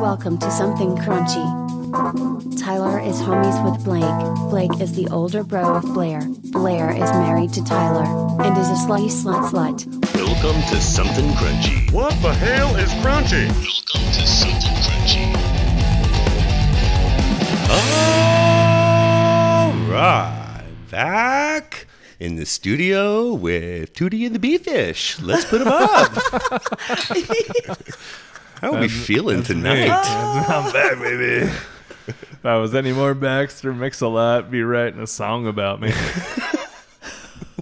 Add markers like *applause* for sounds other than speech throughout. Welcome to Something Crunchy. Tyler is homies with Blake. Blake is the older bro of Blair. Blair is married to Tyler and is a slutty slut slut. Welcome to Something Crunchy. What the hell is crunchy? Welcome to Something Crunchy. All right, back in the studio with Tootie and the Beefish. Let's put him *laughs* up. How are we feeling tonight? *laughs* I'm back, baby. If I was any more Baxter Mix-a-Lot, be writing a song about me.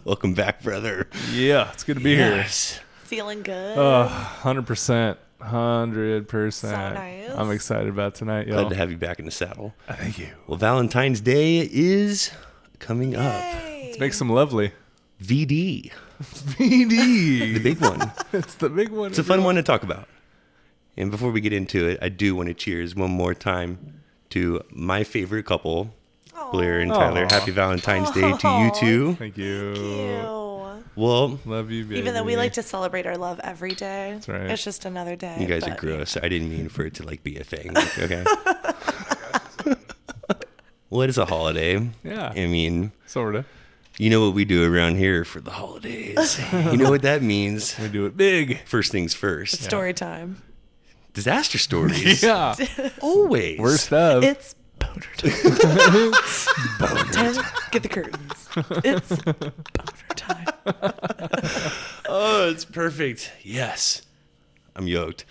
Welcome back, brother. yeah, it's good to be Feeling good. here. Uh, hundred percent, hundred So percent. nice. I'm excited about tonight, Glad y'all. to have you back in the saddle. Thank you. Well, Valentine's Day is coming up. Hey. Make some lovely. VD, the *laughs* BD. big one. it's the big one. It's a fun one to talk about. And before we get into it, I do want to cheers one more time to my favorite couple, Blair and Tyler. Aw. Happy Valentine's Day to you Aw. two. Thank you. Ew. Well, Love you, baby. Even though we like to celebrate our love every day, That's right. it's just another day. you guys are but- gross. I didn't mean for it to like be a thing. *laughs* Okay. well, it is a holiday. Yeah. I mean, Sorta. you know what we do around here for the holidays. you know what that means. *laughs* We do it big. First things first. Story time. Disaster stories. *laughs* *laughs* Yeah. Always. Worst stuff. It's boner time. time. Get the curtains. It's boner time. Oh, it's perfect. Yes. I'm yoked.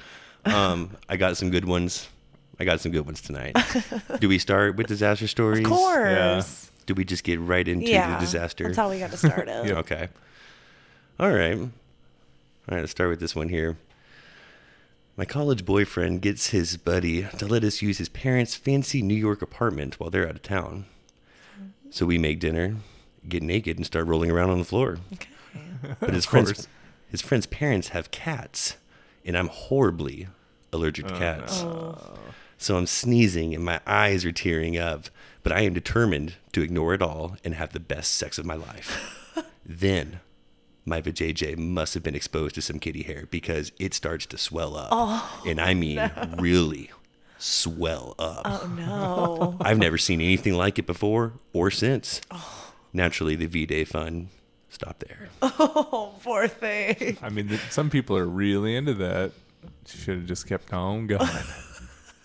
Um, I got some good ones. I got some good ones *laughs* tonight. Do we start with disaster stories? Of course. Do we just get right into Yeah. the disaster? That's how we got to start *laughs* it. Okay. All right. All right, let's start with this one here. My college boyfriend gets his buddy to let us use his parents' fancy New York apartment while they're out of town. So we make dinner, get naked, and start rolling around on the floor. Okay. But his course. friends, his friend's parents have cats, and I'm horribly allergic to cats. So I'm sneezing and my eyes are tearing up, but I am determined to ignore it all and have the best sex of my life. then my vajayjay must have been exposed to some kitty hair because it starts to swell up. Oh. and I mean *laughs* really swell up. Oh, no. I've never seen anything like it before or since. Naturally, the V-Day fun stopped there. Oh, *laughs* poor thing. I mean, th- some people are really into that. She should have just kept on *laughs* going.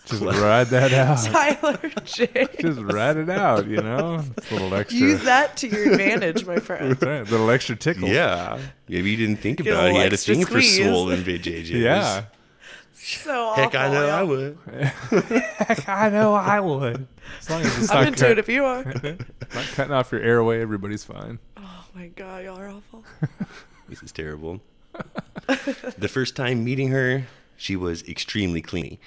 just ride that out. Tyler J. Just ride it out, you know? It's a little extra. Use that to your advantage, my *laughs* friend. That's right, a little extra tickle. Yeah. Maybe you didn't think Get a about it. He little had a extra thing for squeeze. swollen vajayjays. Yeah. So awful. Heck, I know y'all. I would. Heck, I know I would. As long as it's I'm not, into cut- it if you are. not cutting off your airway, everybody's fine. Oh my god, y'all are awful. This is *laughs* terrible. the first time meeting her, she was extremely clingy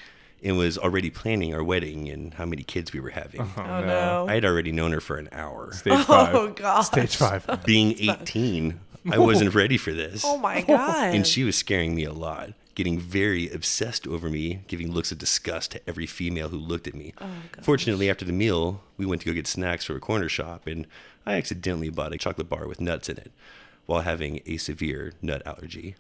and was already planning our wedding and how many kids we were having. Oh no. I had already known her for an hour. Stage five. Oh god. Stage five. *laughs* *laughs* Being 18, I wasn't ready for this. Oh my god. And she was scaring me a lot, getting very obsessed over me, giving looks of disgust to every female who looked at Oh, me. Fortunately, after the meal, we went to go get snacks from a corner shop, and I accidentally bought a chocolate bar with nuts in it while having a severe nut allergy.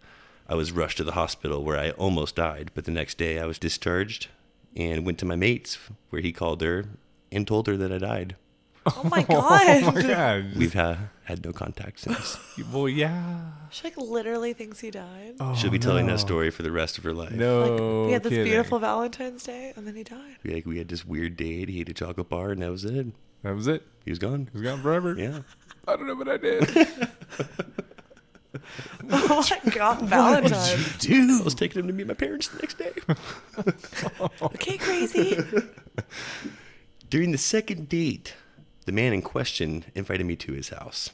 I was rushed to the hospital where I almost died, but the next day I was discharged and went to my mate's where he called her and told her that I died. oh my god. Oh my god. We've ha- had no contact since. Well, yeah. She like literally thinks he died. She'll be telling that story for the rest of her life. No. we had this Oh, kidding. beautiful Valentine's Day and then he died. We, like we had this weird date. He ate a chocolate bar, and that was it. That was it. He was gone. It was gone forever. Yeah. I don't know what *laughs* I did. *laughs* Oh my god, Valentine's. Dude, I was taking him to meet my parents the next day. Okay, crazy. Oh During the second date, the man in question invited me to his house.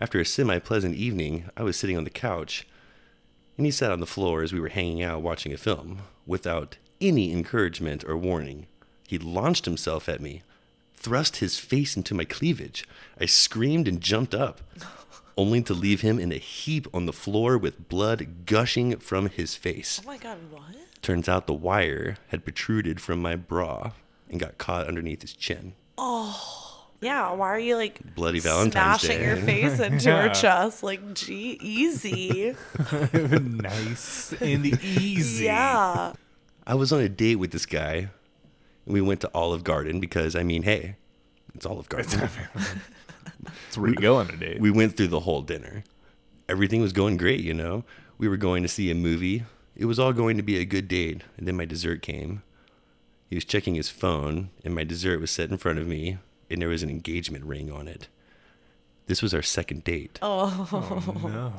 After a semi pleasant evening, I was sitting on the couch, and he sat on the floor as we were hanging out watching a film. Without any encouragement or warning, he launched himself at me, thrust his face into my cleavage. I screamed and jumped up, only to leave him in a heap on the floor with blood gushing from his face. Oh my god, what? Turns out the wire had protruded from my bra and got caught underneath his chin. Oh. Yeah, why are you like Bloody Valentine's smashing Day. your face into her Yeah. chest? Like, gee, easy. nice and easy. yeah. I was on a date with this guy. We went to Olive Garden because, I mean, hey, it's Olive Garden. That's where you go on a date. we went through the whole dinner. Everything was going great, you know. We were going to see a movie. It was all going to be a good date. And then my dessert came. He was checking his phone, and my dessert was set in front of me, and there was an engagement ring on it. This was our second date. Oh.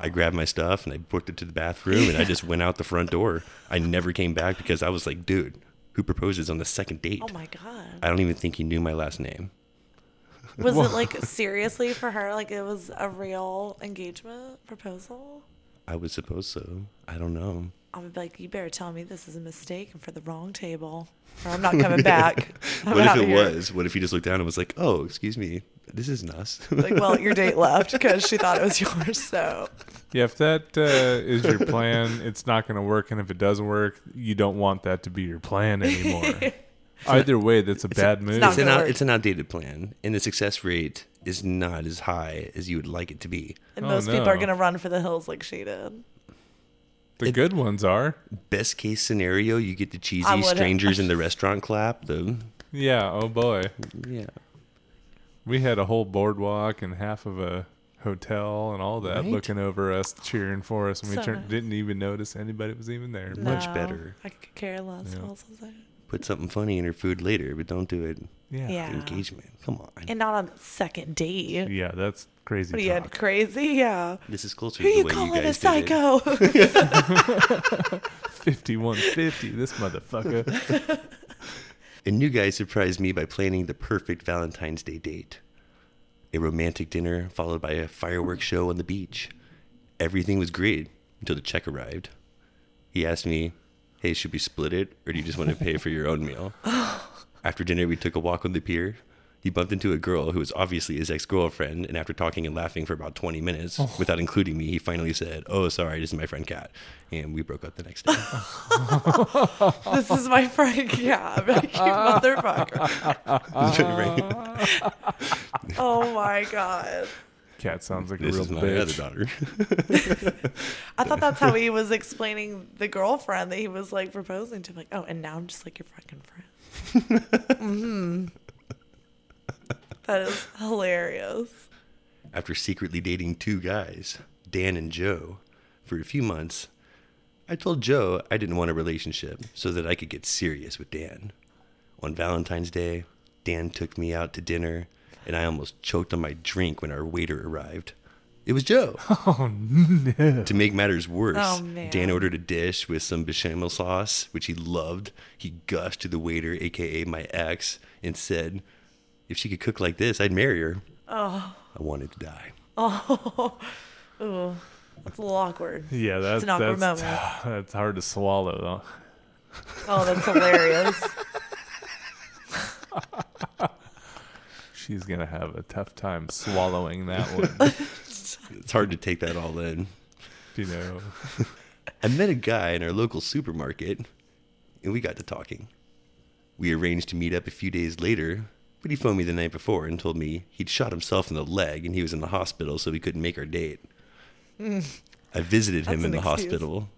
I grabbed my stuff and I booked it to the bathroom and I just went out the front door. I never came back because I was like, dude, who proposes on the second date? Oh my god. I don't even think he knew my last name. Was it like seriously for her? Like it was a real engagement proposal? I was supposed so. I don't know. I would be like, you better tell me this is a mistake and for the wrong table, or I'm *laughs* not coming back. I'm what if outta it here." was? What if he just looked down and was like, oh, excuse me, this isn't *laughs* us? Like, well, your date left because she thought it was yours. So Yeah, if that uh, is your *laughs* plan, it's not going to work. And if it does work, you don't want that to be your plan *laughs* anymore. Either way, that's a bad move. not it's, an gonna out, work. it's an outdated plan, and the success rate is not as high as you would like it to be. and Oh, most people are no. gonna run for the hills like she did. the good ones are. Best case scenario, you get the I cheesy would've- strangers *laughs* in the restaurant clap. The Yeah. Oh boy, yeah, we had a whole boardwalk and half of a hotel and all that Right? looking over us, cheering for us, and we So turned, nice. didn't even notice anybody was even there. Much better. I could care less. Yeah. What else was there? put something funny in her food later, but don't do it. Yeah. Yeah. Engagement. Come on. And not on second date. Yeah, that's crazy. What are you talk. crazy? Yeah. this is closer Who to the you way you calling a guys did it. psycho? *laughs* Fifty-one fifty. This motherfucker. A new guy surprised me by planning the perfect Valentine's Day date. A romantic dinner followed by a fireworks show on the beach. Everything was great until the check arrived. He asked me, Hey, should we split it or do you just want to pay for your own meal? after dinner, we took a walk on the pier. He bumped into a girl who was obviously his ex girlfriend, and after talking and laughing for about 20 minutes without including me, he finally said, Oh, sorry, this is my friend Kat. And we broke up the next day. *laughs* this is my Frank. *laughs* Yeah. I'm like, you motherfucker. Oh my God. Cat sounds like this a real is my bitch. other daughter. I thought that's how he was explaining the girlfriend that he was like proposing to. Like, oh, and now I'm just like your fucking friend. Mhm. That is hilarious. after secretly dating two guys, Dan and Joe, for a few months, I told Joe I didn't want a relationship so that I could get serious with Dan. On Valentine's Day, Dan took me out to dinner, and I almost choked on my drink when our waiter arrived. It was Joe. *laughs* Oh no. To make matters worse, Oh, man. Dan ordered a dish with some bechamel sauce, which he loved. He gushed to the waiter, aka my ex, and said, If she could cook like this, I'd marry her. I wanted to die. Oh, ooh, that's a little awkward. Yeah, that's an awkward that's, *laughs* moment. that's hard to swallow though. Oh, that's hilarious. She's gonna have a tough time swallowing *laughs* that one. It's hard to take that all in. you know, I met a guy in our local supermarket and we got to talking. We arranged to meet up a few days later, but he phoned me the night before and told me he'd shot himself in the leg and he was in the hospital, so we couldn't make our date. I visited him Hmm. That's in the an excuse. hospital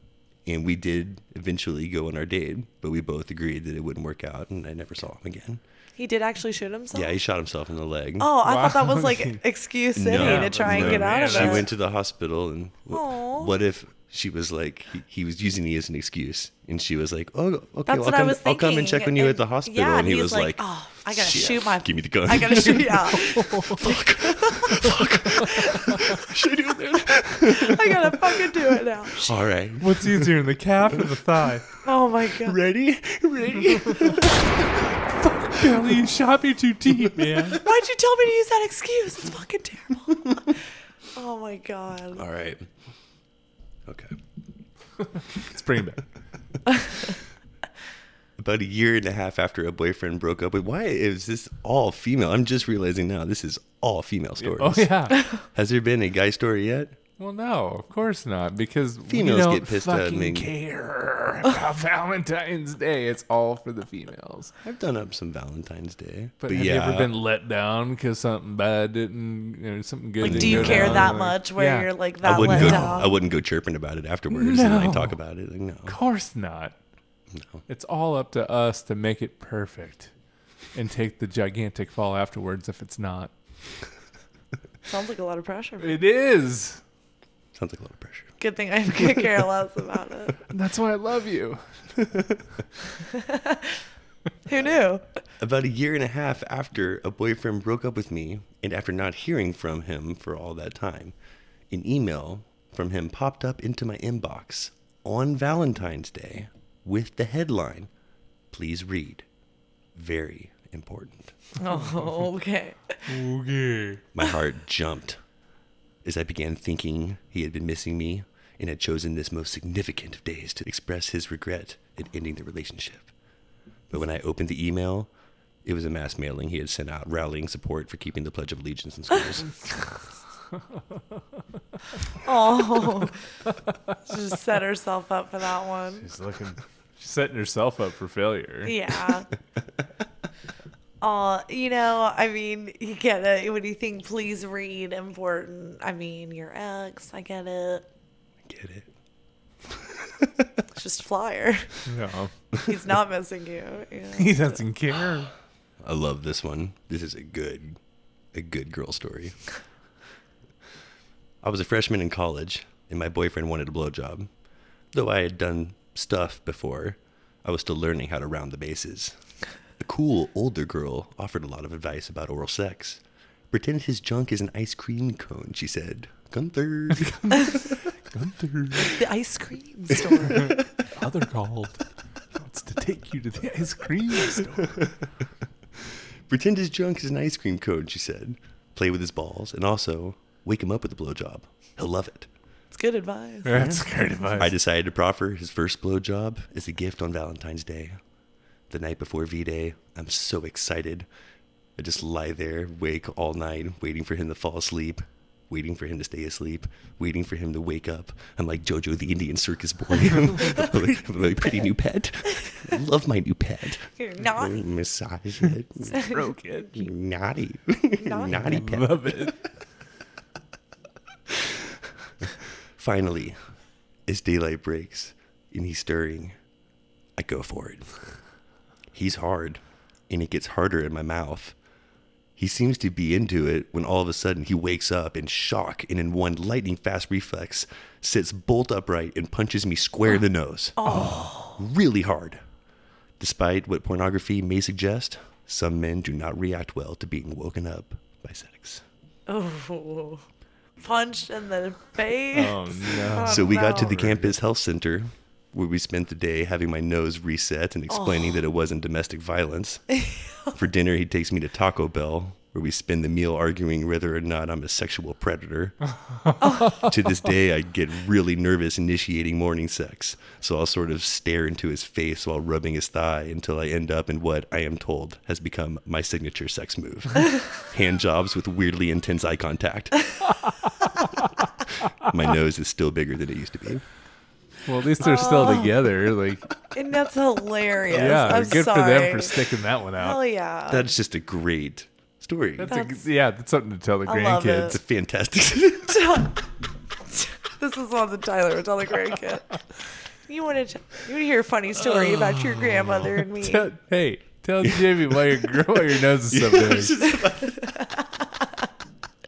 and we did eventually go on our date, but we both agreed that it wouldn't work out and I never saw him again. *laughs* He did actually shoot himself. Yeah, he shot himself in the leg. Oh, I thought that was Wow. like excuse city No. to try and No, get out of man, she it. went to the hospital and w- Aw. what if she was like he, he was using me as an excuse and she was like oh okay That's well, I'll, what I come, was I'll thinking. come and check on you at the hospital yeah, and he he's was like, oh, I gotta "Shit, shoot my. give me the gun *laughs* I gotta shoot. Yeah, Should I do *laughs* it now? I gotta fucking do it now. all right what's easier, the calf or the *laughs* thigh? Oh my god. ready ready Billy, you shot me too deep, man. Why'd you tell me to use that excuse? It's fucking terrible. *laughs* oh my *laughs* god. all right okay Let's bring it back. about a year and a half after a boyfriend broke up with why is this all female i'm just realizing now this is all female stories Oh yeah, has there been a guy story yet Well, no, of course not, because Females we don't get pissed at fucking me. care about *laughs* Valentine's Day. It's all for the females. I've done up some Valentine's Day, But, have you ever been let down because something bad didn't, you know, something good? Like, didn't do you go care down, that or- much where Yeah. you're like I that wouldn't let go. down? I wouldn't go chirping about it afterwards and No. like talk about it. No, Of course not. It's all up to us to make it perfect, and take the gigantic fall afterwards if it's not. Sounds like a lot of pressure. It is. sounds like a lot of pressure. Good thing I *laughs* could care less about it. That's why I love you. Who knew? About a year and a half after a boyfriend broke up with me, and after not hearing from him for all that time, an email from him popped up into my inbox on Valentine's Day with the headline Please read. Very important. Oh, *laughs* okay. Okay. My heart jumped as I began thinking he had been missing me and had chosen this most significant of days to express his regret at ending the relationship. But when I opened the email, it was a mass mailing he had sent out rallying support for keeping the Pledge of Allegiance in schools. Oh, She just set herself up for that one. She's looking. She's setting herself up for failure. Yeah. Oh, you know, I mean, you get it. When you think, please read important, I mean, your ex, I get it. Get it? It's just flyer. No, *laughs* He's not missing you. you know. he doesn't care. I love this one. This is a good, a good girl story. I was a freshman in college, and my boyfriend wanted a blowjob. Though I had done stuff before, I was still learning how to round the bases. A cool older girl offered a lot of advice about oral sex. Pretend his junk is an ice cream cone, she said. Gunther. *laughs* *laughs* The ice cream store. Other called wants to take you to the ice cream store. Pretend his junk is an ice cream cone, she said. Play with his balls, and also wake him up with a blowjob. He'll love it. It's good advice. *laughs* That's great advice. I decided to proffer his first blowjob as a gift on Valentine's Day. The night before V Day, I'm so excited. I just lie there, wake all night, waiting for him to fall asleep, waiting for him to stay asleep, waiting for him to wake up. I'm like JoJo the Indian circus boy. *laughs* I'm like, I'm like, pretty new *laughs* pet. I love my new pet. You're not. Massage it. broke it. You naughty. *laughs* Naughty. naughty pet. Love it. Finally, as daylight breaks and he's stirring, I go for it. He's hard, and it gets harder in my mouth. He seems to be into it when all of a sudden he wakes up in shock and, in one lightning fast reflex, sits bolt upright and punches me square in the nose. Really hard. Despite what pornography may suggest, some men do not react well to being woken up by sex. Oh. Punched in the face. Oh, Oh no. So we got to no. the campus health center where we spent the day having my nose reset and explaining that it wasn't domestic violence. For dinner, he takes me to Taco Bell where we spend the meal arguing whether or not I'm a sexual predator. to this day, I get really nervous initiating morning sex. So I'll sort of stare into his face while rubbing his thigh until I end up in what I am told has become my signature sex move hand jobs with weirdly intense eye contact. My nose is still bigger than it used to be. Well, at least they're still together. Like, And that's hilarious. yeah, I'm good sorry. for them for sticking that one out. Hell yeah. That's just a great story. That's That's a- yeah, that's something to tell the I love grandkids. a fantastic. *laughs* this is on the Tyler Tell the grandkid. You want to you want to hear a funny story about your grandmother and *laughs* me? Tell, hey, tell Jimmy why your gr- why your nose is so big. *laughs*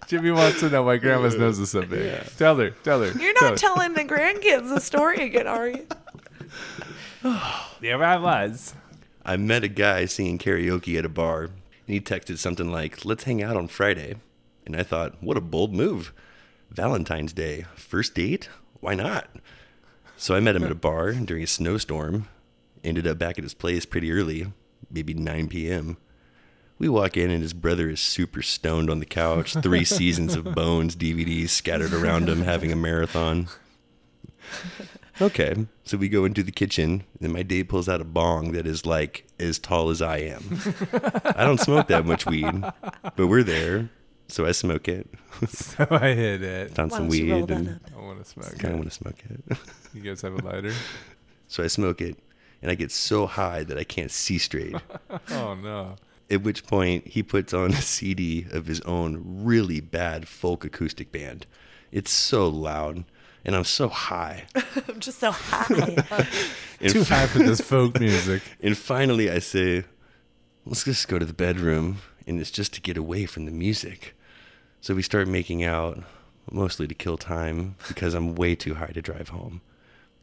Jimmy wants to know why grandma's nose is so big. Tell her, tell her. You're tell not telling the grandkids the story again, are you? Her. Yeah, I was. I met a guy singing karaoke at a bar, and he texted something like, Let's hang out on Friday. And I thought, What a bold move. Valentine's Day, first date? Why not? So I met him at a bar during a snowstorm, ended up back at his place pretty early, maybe 9 p.m. We walk in, and his brother is super stoned on the couch, three seasons of Bones DVDs scattered around him, having a marathon. Okay. So we go into the kitchen, and my date pulls out a bong that is like as tall as I am. I don't smoke that much weed, but we're there. So I smoke it. *laughs* So I hit it. Found Why some don't you roll weed that and up? I want to smoke kind of it. want to smoke it. *laughs* You guys have a lighter? so I smoke it and I get so high that I can't see straight. Oh no. At which point he puts on a CD of his own really bad folk acoustic band. It's so loud and I'm so *laughs* high. *laughs* I'm just so high. And Too high for this folk music. And finally, I say, let's just go to the bedroom. And it's just to get away from the music. So we start making out, mostly to kill time, because I'm way too high to drive home.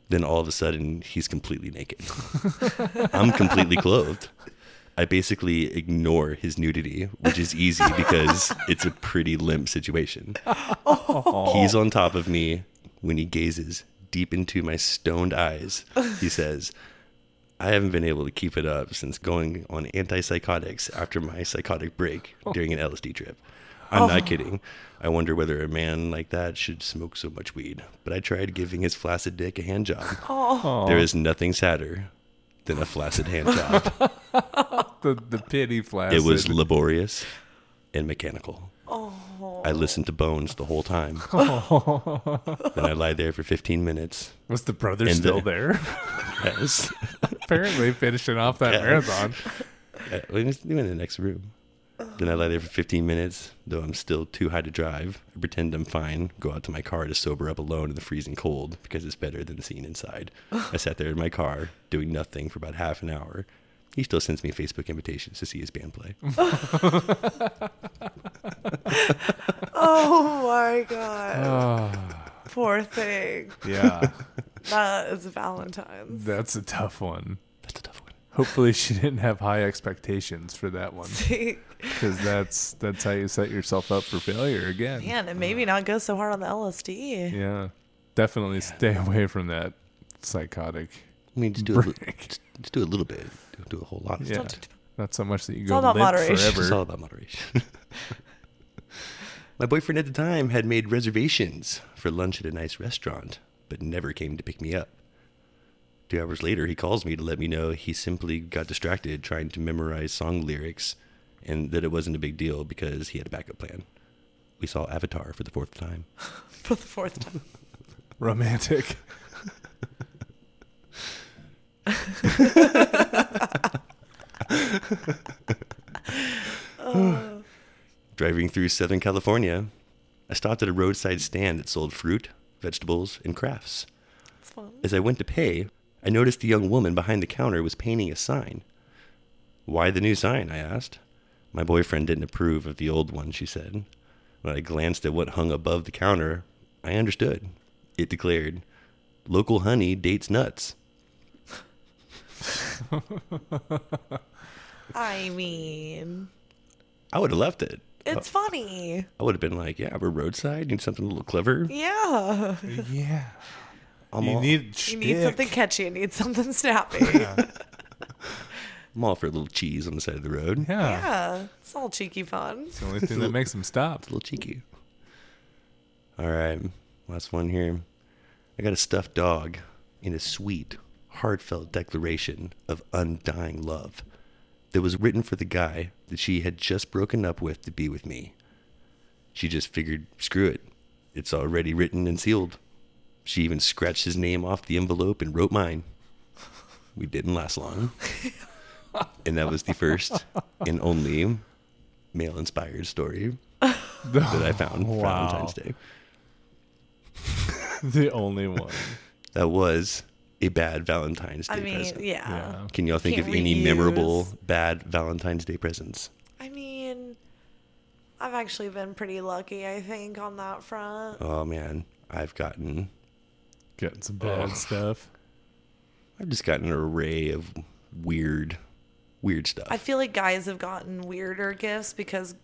Then all of a sudden, he's completely naked. I'm completely clothed. I basically ignore his nudity, which is easy because it's a pretty limp situation. He's on top of me when he gazes deep into my stoned eyes. He says, I haven't been able to keep it up since going on antipsychotics after my psychotic break during an LSD trip. I'm not kidding. I wonder whether a man like that should smoke so much weed. But I tried giving his flaccid dick a hand job. There is nothing sadder than a flaccid hand job. The the pity flash. it was laborious and mechanical. I listened to Bones the whole time. then I lie there for 15 minutes. was the brother And still the- *laughs* there? Yes. Apparently finishing off that Yeah. marathon. Yeah, we just we went in the next room. Then I lie there for 15 minutes, though I'm still too high to drive. I pretend I'm fine, go out to my car to sober up alone in the freezing cold because it's better than seeing inside. I sat there in my car doing nothing for about half an hour. He still sends me Facebook invitations to see his band play. *laughs* Mm. oh my god. Oh, Poor thing. yeah. That is Valentine's. That's a tough one. That's a tough one. Hopefully she didn't have high expectations for that one because that's that's how you set yourself up for failure again. Man, and maybe not go so hard on the LSD. Yeah. Definitely stay away from that psychotic. I mean, just do, a, li- *laughs* Break. just, just do a little bit. Don't Do a whole lot. Yeah. Don't do too Not so much that you all go about limp moderation. It's forever. all about moderation. *laughs* My boyfriend at the time had made reservations for lunch at a nice restaurant, but never came to pick me up. Two hours later, he calls me to let me know he simply got distracted trying to memorize song lyrics and that it wasn't a big deal because he had a backup plan. We saw Avatar for the fourth time. for the fourth time. *laughs* Romantic. Driving through Southern California, I stopped at a roadside stand that sold fruit, vegetables, and crafts. It's fun. As I went to pay, I noticed the young woman behind the counter was painting a sign. Why the new sign? I asked. My boyfriend didn't approve of the old one, she said. When I glanced at what hung above the counter, I understood. It declared, Local honey dates nuts. I mean, I would have left it. Oh. it's funny. I would have been like, yeah, we're roadside, need something a little clever. Yeah. Yeah. I'm, You all, need You need something catchy. You need something snappy. *laughs* yeah. I'm all for a little cheese on the side of the road. Yeah. It's all cheeky fun. It's the only thing that makes them stop. It's a little cheeky. All right, last one here. I got a stuffed dog in a sweet, heartfelt declaration of undying love that was written for the guy that she had just broken up with to be with me. She just figured, screw it. It's already written and sealed. She even scratched his name off the envelope and wrote mine. We didn't last *laughs* long. and that was the first and only male inspired story that I found for Wow. Valentine's Day. *laughs* the only one. That was a bad Valentine's Day I mean, present. yeah. Yeah. Can y'all think Can't of any reuse. memorable bad Valentine's Day presents? I mean, I've actually been pretty lucky, I think, on that front. Oh man, I've gotten Getting some *laughs* bad stuff. I've just gotten an array of weird weird stuff. I feel like guys have gotten weirder gifts because,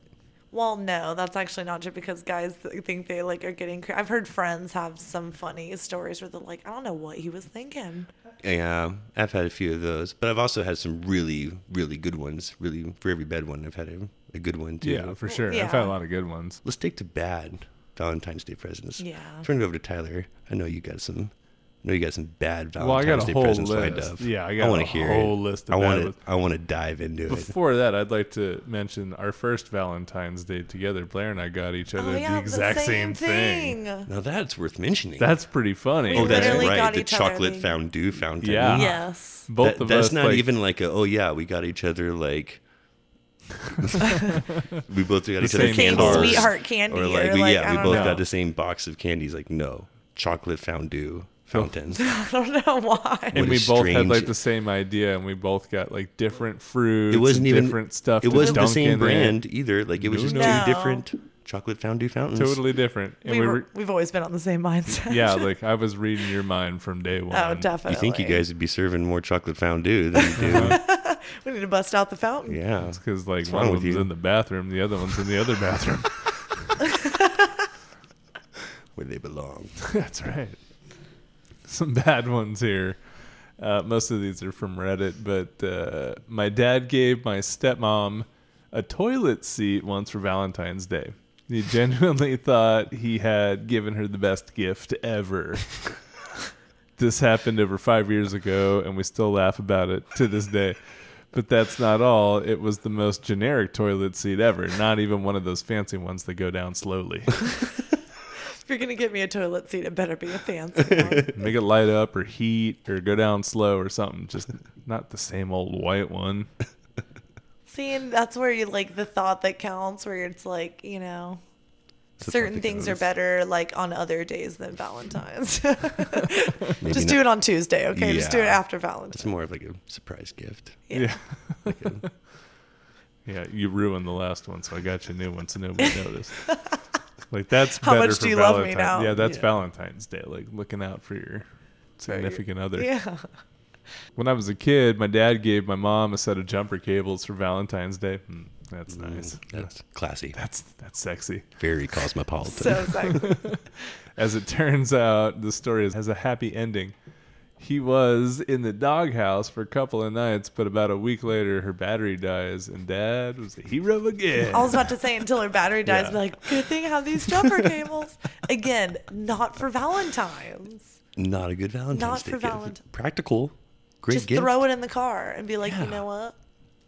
well, no, that's actually not true because guys th- think they like are getting. Cre- I've heard friends have some funny stories where they're like, I don't know what he was thinking. Yeah, I've had a few of those, but I've also had some really, really good ones. Really, for every bad one, I've had a, a good one too. Yeah, for sure. yeah. I've had a lot of good ones. Let's take to bad Valentine's Day presents. Yeah. Turn it over to Tyler. I know you got some know you got some bad Valentine's Well, I got a Day whole presents lined list. up. Yeah, I got wanna a hear whole it. list I of bad want to. ones. I want to dive into it. Before that, I'd like to mention our first Valentine's Day together. Blair and I got each other Oh, yeah, the exact same, thing. Now that's worth mentioning. That's pretty funny. oh, that's literally right. got The each other chocolate the- fondue fountain. Yeah. Yes. Both That- of that's us. not like, even like a oh yeah we got each other *laughs* like we both got each other same candy Same bars. candles sweetheart candy. or like, we, yeah I we don't both know. *laughs* got the same box of candies like no chocolate fondue Oh. *laughs* fountains I don't know why. What And we a both had like strange- the same idea, and we both got like different fruits. it wasn't and even different stuff. it to wasn't the dunk same in it. brand either like it was No, just no. No. two different chocolate fondue fountains Totally different. And we we, were, were, we've always been on the same mindset. yeah, like I was reading your mind from day one. *laughs* Oh, you definitely. think you guys would be serving more chocolate fondue than you do Uh-huh. We need to bust out the fountain. yeah It's because like wrong one of with them's you? in the bathroom, the other one's in the other *laughs* bathroom. where they *laughs* belong That's right. Some bad ones here. Uh, most of these are from Reddit, but uh, my dad gave my stepmom a toilet seat once for Valentine's Day. He genuinely thought he had given her the best gift ever. this happened over five years ago, and we still laugh about it to this day. But that's not all. It was the most generic toilet seat ever, not even one of those fancy ones that go down slowly. If you're gonna get me a toilet seat, it better be a fancy *laughs* one. Make it light up or heat or go down slow or something. Just not the same old white one. See, and that's where you like the thought that counts, where it's like, you know, thought certain that things are counts. better like on other days than Valentine's. *laughs* Maybe not- Just do it on Tuesday, okay? Just do it Yeah. after Valentine's. it's more of like a surprise gift Yeah. *laughs* yeah, you ruined the last one, so I got you a new one so nobody *laughs* noticed. Like that's How better much for do you love me Valentine's. now? Yeah, that's Yeah. Valentine's Day. Like looking out for your significant other. Yeah. When I was a kid, my dad gave my mom a set of jumper cables for Valentine's Day. Hmm, that's nice. Mm, that's classy That's that's sexy. very cosmopolitan So *laughs* sexy. As it turns out, the story has a happy ending. He was in the doghouse for a couple of nights, but about a week later, her battery dies, and Dad was a hero again. I was about to say until her battery dies, Yeah. be like, good thing I have these jumper cables. Again, not for Valentine's. not a good Valentine's Not Day for gift. Valent- Practical, great just gift. throw it in the car and be like, Yeah. you know what?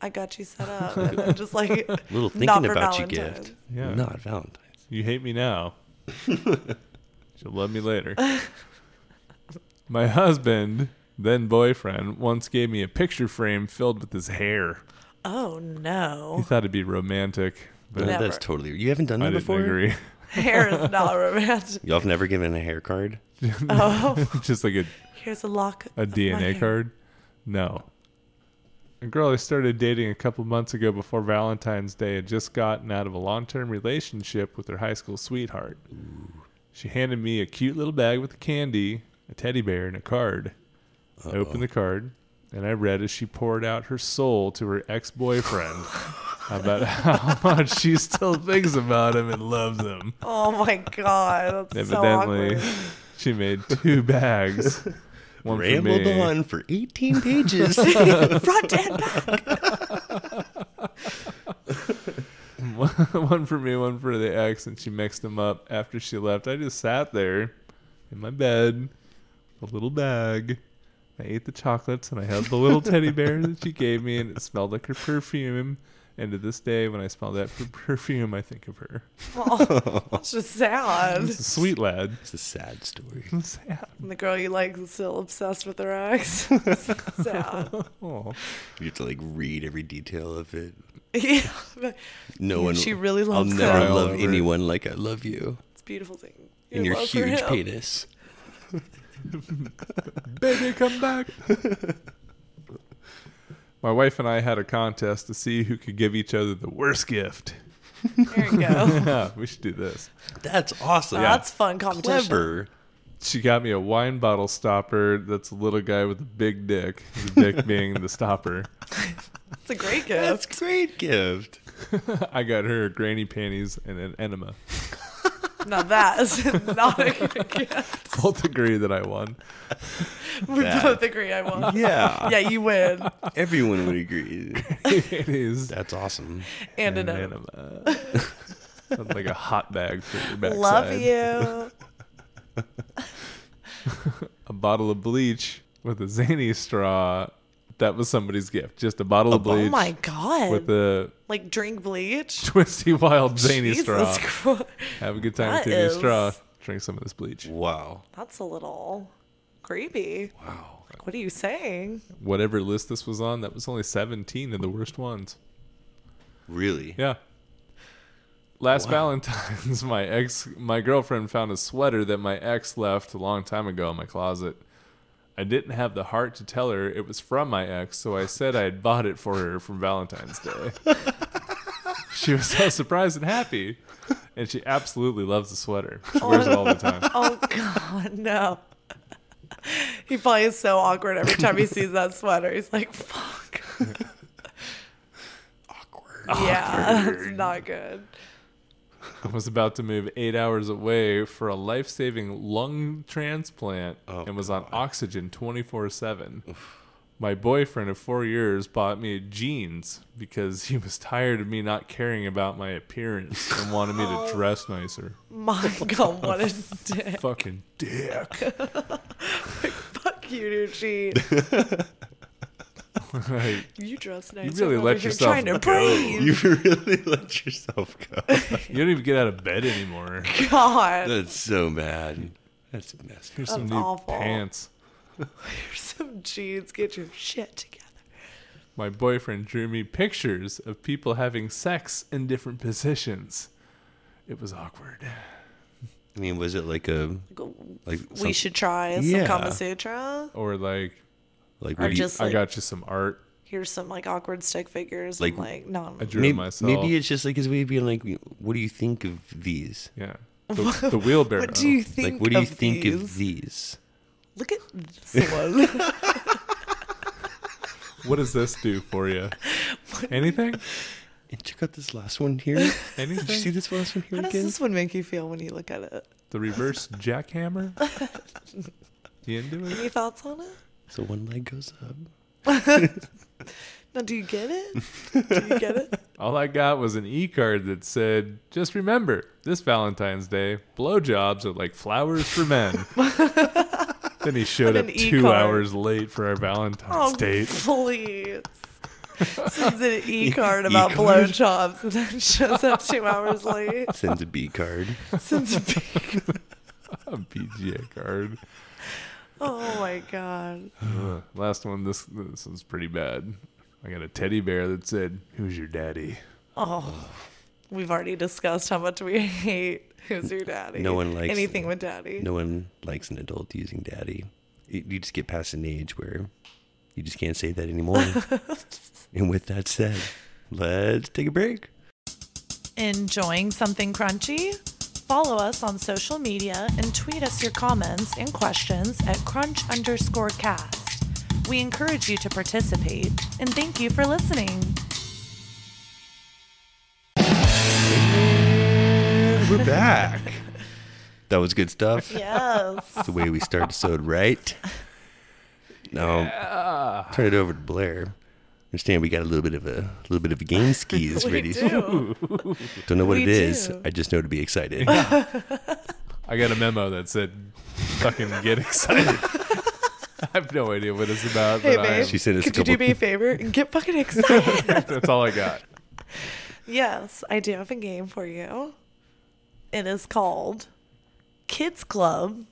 I got you set up. And then just like *laughs* Little thinking not for about you Valentine's. gift. Yeah. Not Valentine's. You hate me now. You'll love me later. My husband, then boyfriend, once gave me a picture frame filled with his hair. Oh He no, thought it'd be romantic, but Yeah. That's Never. totally. You haven't done that I didn't before. agree. *laughs* hair is not romantic. Y'all have never given a hair card. Oh, Just like a here's a lock. A of my DNA hair. card? No. A girl I started dating a couple months ago before Valentine's Day had just gotten out of a long term relationship with her high school sweetheart. She handed me a cute little bag with candy, a teddy bear, and a card. I opened the card and I read as she poured out her soul to her ex *laughs* boyfriend about how much she still thinks about him and loves him. Oh my god, that's Evidently, so awkward. she made two bags. One for Rambled me. on for 18 *laughs* pages. Front and back. one *laughs* one for me, one for the ex, and she mixed them up after she left. I just sat there in my bed, with a little bag. I ate the chocolates and I held the little *laughs* teddy bear that she gave me, and it smelled like her perfume. And to this day, when I smell that per- perfume, I think of her. Oh, that's just sad. It's a sweet lad. *laughs* it's a sad story. Sad. And the girl you like is still obsessed with her ex. *laughs* sad. Aw. You have to like read every detail of it. Yeah, but No one. she really I'll loves him. never Cry all love over it. anyone like I love you. it's a beautiful thing. And your love for huge him. penis. Baby, come back. *laughs* My wife and I had a contest to see who could give each other the worst gift. *laughs* There *laughs* you go. Yeah, we should do this. That's awesome. That's fun competition. clever. she got me a wine bottle stopper that's a little guy with a big dick the *laughs* dick being the stopper *laughs* It's a great That's gift. great gift. i got her granny panties and an *laughs* enema now *laughs* that is not a good gift. both agree that i won *laughs* We That- both agree I won. Yeah. Yeah, you win. *laughs* Everyone would agree. panties That's awesome. And and an an enema. enema *laughs* *laughs* Sounds like a hot bag for your backside Love you. a bottle of bleach with a zany straw. That was somebody's gift. Just a bottle of bleach Oh my god. with a like drink bleach. twisty, wild, zany straw. Jesus *laughs* Christ. Have a good time with That your new straw. is- Drink some of this bleach. Wow. That's a little creepy. Wow. Like, what are you saying? Whatever list this was on, that was only 17 of the worst ones. Really? Yeah. Last Valentine's, *laughs* my ex, my girlfriend found a sweater that my ex left a long time ago in my closet. I didn't have the heart to tell her it was from my ex, so I said I had bought it for her from Valentine's Day. she was so surprised and happy, and she absolutely loves the sweater. She wears it all the time. Oh *laughs* god, no. *laughs* He probably is so awkward every time he sees that sweater. He's like, fuck. *laughs* Awkward. Yeah, that's not good. I was about to move eight hours away for a life saving lung transplant Oh, and was on oxygen 24 7. My boyfriend of four years bought me jeans because he was tired of me not caring about my appearance and wanted me *laughs* to dress nicer. My *laughs* god, what a dick. *laughs* Fucking dick. Fuck you, Nucci. *laughs* Like, You dress nice. really let yourself trying to go. *laughs* breathe. You *laughs* really let yourself go. you don't even get out of bed *laughs* anymore. *laughs* God, That's so bad. That's messed up. Here's some That's new awful. pants. there's some jeans. Get your shit together. my boyfriend drew me pictures of people having sex in different positions. It was awkward. I mean, was it like a like we some- should try some Yeah. Kama Sutra. Or like, like Or what do you- just I like got you some art. here's some like awkward stick figures. Like- Like, like no, I drew maybe, myself. maybe it's just like his way of being like, what do you think of these? *laughs* yeah. The, the wheelbarrow. what do you think? Like, what do you of think these? of these? Look at *laughs* this one. *laughs* What does this do for *laughs* you? Anything? And check out this last one here. Did *laughs* you see Anything? this last one here How does again? this one make you feel when you look at it? The reverse *laughs* jackhammer? You into it? Any thoughts on it? So one leg goes up. Now, do you get it? Do you *laughs* get it? All I got was an e card that said, just remember, this Valentine's Day, blowjobs are like flowers for *laughs* men. then he showed What up an two e-card. hours late for our Valentine's Oh, date. *laughs* please. *laughs* Sends an e card about e-card? blowjobs and then shows up two hours late. Sends a B *laughs* card. Sends a big. A BGA card. Oh my god. Ugh. Last one, this this one's pretty bad. I got a teddy bear that said, Who's your daddy? Oh, we've already discussed how much we hate who's your daddy. No one likes anything with daddy. No one likes an adult using daddy. You you just get past an age where you just can't say that *laughs* anymore. and with that said, let's take a break. Enjoying something crunchy? Follow us on social media and tweet us your comments and questions at crunch underscore cast. We encourage you to participate and thank you for listening. We're back. that was good stuff. Yes. the way we start episode, right? No. Turn it over to Blair. Understand we got a little bit of a little bit of a *laughs* game skis ready. Don't know what We it is. do. I just know to be *laughs* excited. *laughs* I got a memo that said, Fucking get excited. *laughs* I have no idea what it's about, Hey, but I babe. am, She sent us a Could you do couple- me a favor and get fucking excited? *laughs* that's all I *laughs* got. yes, I do have a game for you. It is called Kids Club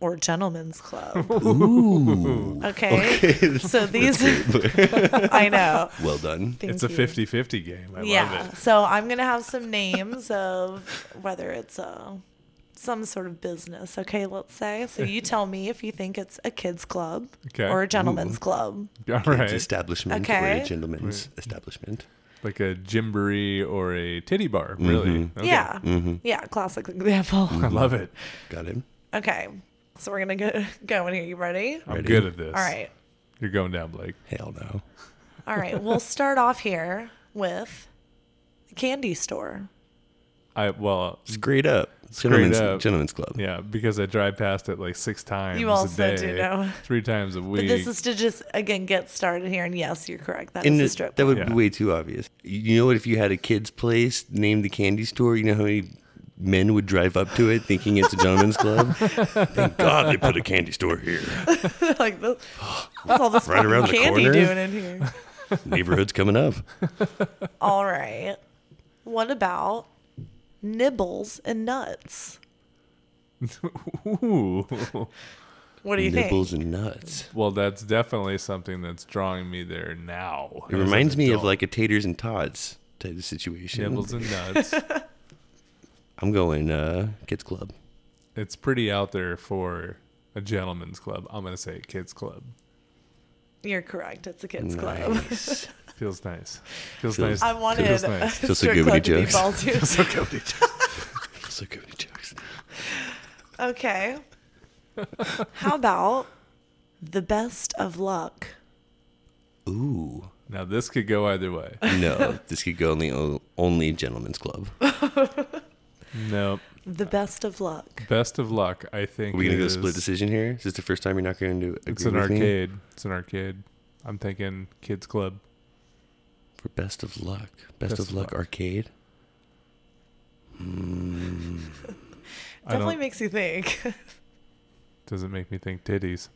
or Gentlemen's Club. Ooh. Okay. That's So these, great. *laughs* I know. well done. Thank it's a you. 50 50 game. I yeah. love it. So I'm gonna have some names of whether it's a some sort of business. Okay, let's say. So you tell me if you think it's a kids club Okay. or a gentleman's club. *laughs* All It's right. establishment or Okay. a gentleman's establishment. Like a gymboree or a titty bar, really. Okay. Yeah. Mm-hmm. Yeah. Classic *laughs* example. I love it. Got him. Okay. So we're gonna go go in here. You ready? I'm Ready? good at this. All right. You're going down, Blake. Hell no. All right. We'll start off here with a candy store. I Well, Straight up. Straight gentlemen's, up. gentlemen's club. yeah, because I drive past it like six times also a do day. know. *laughs* Three times a week. But this is to just again get started here. And yes, you're correct. That is And a it- strip. that would Yeah. be way too obvious. You know what? If you had a kid's place named the candy store, you know how many men would drive up to it thinking it's a gentleman's *laughs* club. Thank God they put a candy store here. *laughs* like, the- what's all this Right around the fucking *laughs* candy corner? doing in here? Neighborhood's coming up. All right. What about nibbles and nuts? *laughs* Ooh. What do you Nibbles think? and nuts. Well, that's definitely something that's drawing me there now. It reminds me of like a taters and tots type of situation. nibbles and nuts. I'm going uh, kids club. it's pretty out there for a gentleman's club. I'm gonna say kids club. You're correct. It's a kids' club. *laughs* Nice. Feels nice. Feels, Feels- nice. I wanted Feels a nice. Feels so strip good when club he to be jokes. *laughs* ball too. so good with the jokes. so good with the jokes. Okay. How about the best of luck? Ooh. Now this could go either way. *laughs* No, this could go only only gentlemen's club. Nope. The best of luck. Best of luck. I think Are we gonna go is- split decision here? Is this the first time you're not going to agree It's an with me arcade. It's an arcade. I'm thinking kids club. for best of luck? Best, of luck, arcade. Hmm, I Definitely don't. makes you think. *laughs* doesn't make me think titties.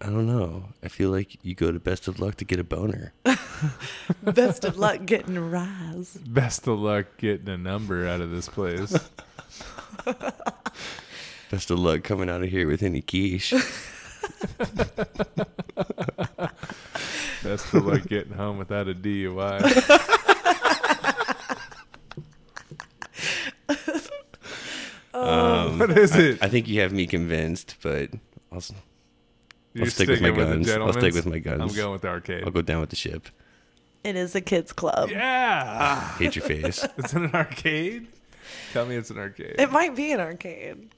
I don't know. I feel like you go to best of luck to get a boner. best of luck getting rise. Best of luck getting a number out of this *laughs* place. best of luck coming out of here with any *laughs* quiche. Best of luck getting home without a *laughs* DUI. Um, What is it? Um, I think you have me convinced, but I'll, s- You're stick with my sticking the guns. I'll stick gentleman's? with my guns. I'm going with the arcade. I'll go down with the ship. It is a kids' club. Yeah, Hate your *laughs* face. it's in an arcade. Tell me it's an arcade. It might be an arcade.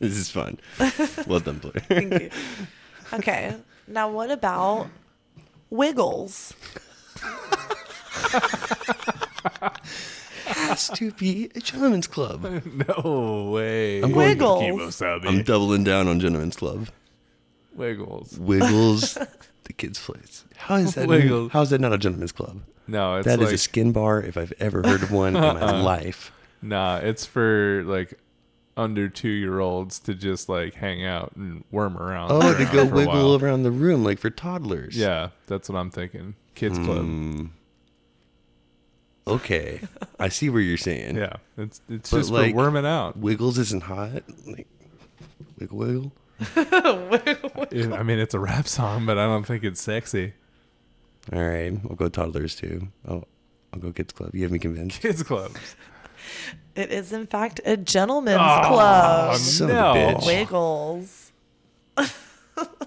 this is fun. Well done, Blair. *laughs* Thank you. Okay. Now, what about wiggles? has to be a gentleman's club. *laughs* no way. I'm going- Wiggles. I'm doubling down on gentleman's club. Wiggles. Wiggles, the kids' place. How is that? Wiggles. How is that not a gentleman's club? No, it's That is like a skin bar if I've ever heard of one in *laughs* my life. Oh, nah. It's for like under two year olds to just like hang out and worm around. Oh, to around go for a while. wiggle around the room like for toddlers. Yeah, that's what I'm thinking. Kids club. Hmm. Okay, I see where you're saying. Yeah, it's it's But, just like, for worming out. Wiggles isn't hot. Like, wiggle, wiggle. It- I mean, it's a rap *laughs* song, but I don't think it's sexy. All right, I'll go toddlers too. I'll, I'll go kids club. You have me convinced. Kids club. It is, in fact, a gentleman's Ah, club. Oh, Son Um, no. of a bitch. *laughs* Wiggles.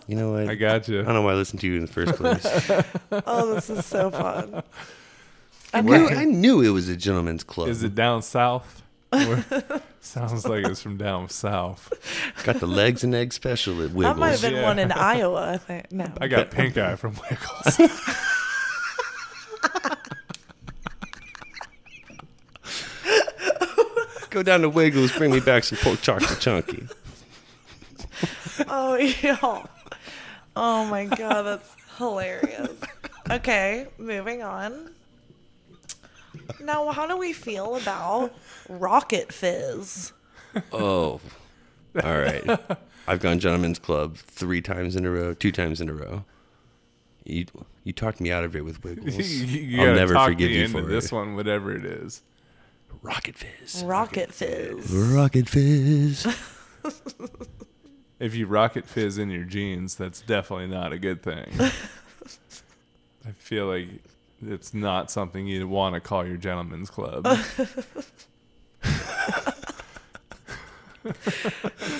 You know what? *laughs* I got you. I don't know why I listened to you in the *laughs* first place. Oh, this is so fun. I, knew, I knew it was a gentleman's club. Is it *laughs* down south? Or- sounds like it's from down south. Got the legs and egg special *laughs* at That might Wiggles. have been Yeah. one in Iowa. I think. No. I got pink eye from Wiggles. Go down to Wiggles, bring me back some pork chocolate chunky. *laughs* Oh yeah. Oh my god, that's hilarious. Okay, moving on. Now, how do we feel about Rocket Fizz? *laughs* Oh, all right. I've gone gentleman's club three times in a row, two times in a row. You you talked me out of it with Wiggles. You- *laughs* you I'll gotta never talk forgive me you into for this it. one, whatever it is. Rocket Fizz. Rocket *laughs* Fizz. Rocket Fizz. If you rocket fizz in your jeans, that's definitely not a *laughs* good thing. I feel like it's not something you'd want to call your *laughs* gentleman's club. This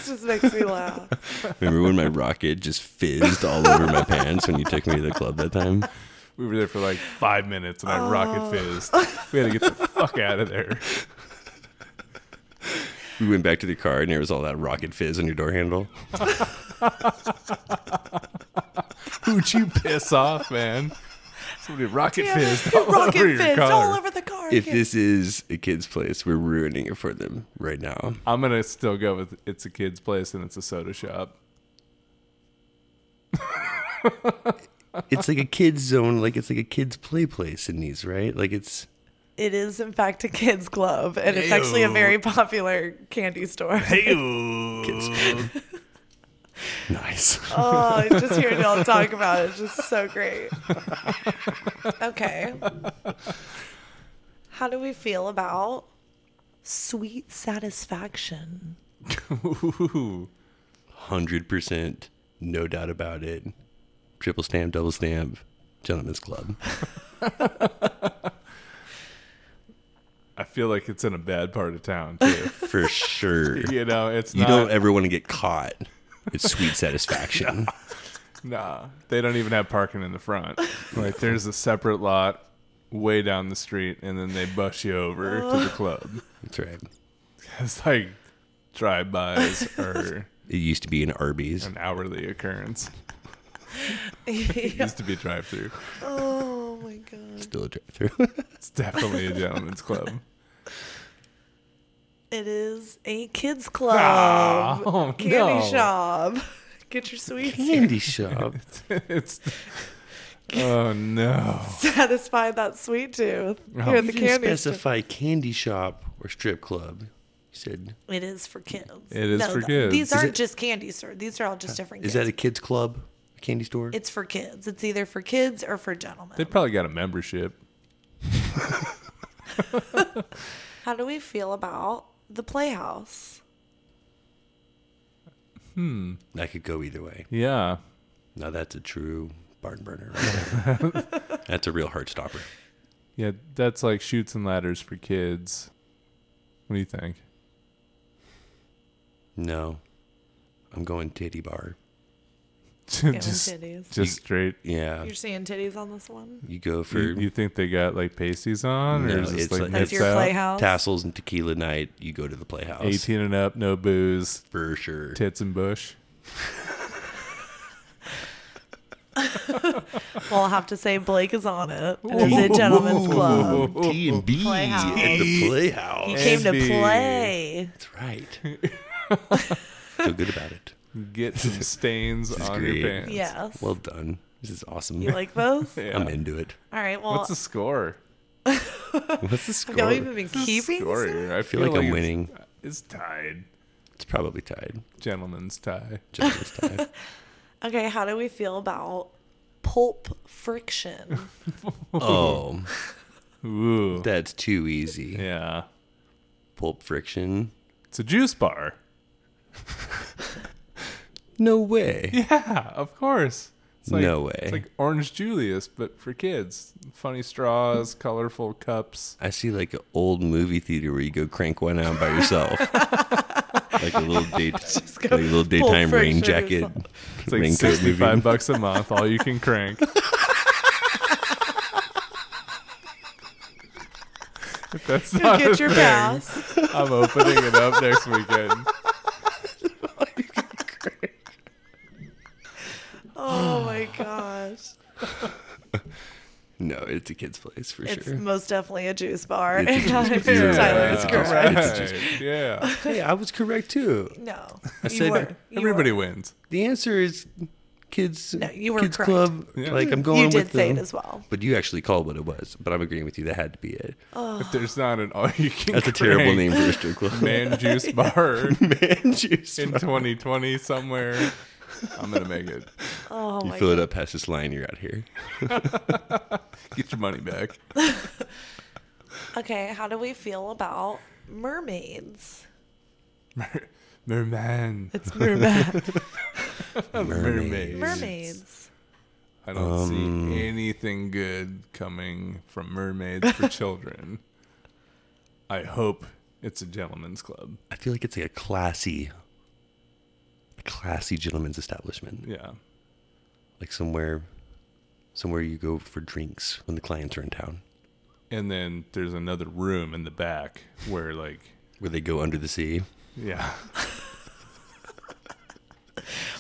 just makes me laugh. Remember when my rocket just fizzed all over my pants when you took me to the club that time? We were there for like five minutes and I Oh. rocket fizzed. We had to get the fuck out *laughs* of there. We went back to the car and there was all that rocket fizz on your door handle. Who'd you piss off, man? Somebody rocket Yeah, *laughs* fizzed all over Rocket your Fizz car. all over the car. If again. this is a kid's place, we're ruining it for them right now. I'm gonna still go with it's a kid's place and it's a soda shop. It's like a kid's zone, like it's like a kid's play place in these, right? Like it's It is, in fact, a kids' club, and it's actually a very popular candy store. Mm. *laughs* Nice. Oh, just hearing y'all talk about it is just so great. Okay. How do we feel about sweet satisfaction? Ooh. 100%. No doubt about it. Triple stamp, double stamp. Gentlemen's Club. I feel like it's in a bad part of town *laughs* too. For sure. *laughs* you know, it's You not. don't ever want to get caught. It's sweet *laughs* satisfaction. Nah, they don't even have parking in the front. Like, there's a separate lot way down the street, and then they bus you over to the club. That's right. It's like drive-bys are It used to be an Arby's. an hourly occurrence. Yeah. Used to be drive-through. Oh my god. Still a drive through. It's definitely a gentleman's club. It is a kids' club. Oh, candy no. shop. Get your *laughs* sweets. Candy *laughs* shop. it's. *laughs* Oh no! *laughs* Satisfy that sweet tooth. Oh. Here at You the didn't candy store. specify candy shop or strip club. You said, It is for kids. It is for th- kids. These Is aren't it- just candy store. These are all just different. is kids. that a kids club? A candy store? It's for kids. It's either for kids or for gentlemen. They probably got a membership. How do we feel about the playhouse? I could go either way. Hmm. Yeah, Now that's a true barn burner. *laughs* Right there. that's a real heart stopper. yeah. That's like shoots and ladders for kids. What do you think? No, I'm going titty bar. *laughs* just, titties. just straight. Yeah, You're seeing titties on this one. you go for You, you think they got like pasties on, or No, is this it's like, like- That's That's nips your out? playhouse. tassels and tequila night. You go to the playhouse Eighteen and up, no booze, for sure. tits and bush. Well, I'll have to say Blake is on it. It's a gentleman's club. T and B Playhouse. at the playhouse. You came to Andy. play. That's *laughs* right. Feel good about it. *laughs* Get some stains is on great. your pants. Yes. Well done. This is awesome. you *laughs* like those? Yeah. I'm into it. All right. Well, What's the score? What's the score? have y'all even been What's the keeping? score score? here? I feel like uh, I'm it's- winning. It's tied. It's probably tied. Gentleman's tie. Just this *laughs* time. Okay. How do we feel about pulp friction? *laughs* oh, Ooh. that's too easy. Yeah. Pulp friction. It's a juice bar. *laughs* No way. Yeah, of course. It's like, No way. It's like Orange Julius, but for kids. Funny straws, colorful cups. I see like an old movie theater where you go crank one out by *laughs* yourself. like a little day, like a little daytime full rain friction jacket. yourself. It's like raincoat sixty-five movie. bucks a month, all you can crank. If That's not Get a your thing, pass. I'm opening it up next *laughs* weekend. Oh my gosh. No, it's a kid's place for It's sure. most definitely a juice bar. It's a and not juice a bar. *laughs* Tyler Yeah. It's is a juice bar. correct. Right. Yeah. hey, *laughs* I was correct too. No. said You were. You were. Everybody wins. The answer is kids. No, you were kids correct. club. Yeah. Like I'm going You with did say it the- as well. Oh, But you actually called what it was. But I'm agreeing with you. That had to be it. If there's not an all you can That's a terrible crank name *laughs* for a strip club. *laughs* man juice bar *laughs* Man juice. in 2020 somewhere, I'm going to make it. Oh You my fill god. it up past this line, you're out here. Get your money back. Okay, how do we feel about mermaids? Mer- merman. It's *laughs* mermaid. Mermaid. mermaids. I don't see anything good coming from mermaids *laughs* for children. I hope it's a gentleman's club. I feel like it's like a classy, a classy gentleman's establishment. Yeah. Like somewhere, somewhere you go for drinks when the clients are in town, And then there's another room in the back where, like, where they go under the sea. yeah.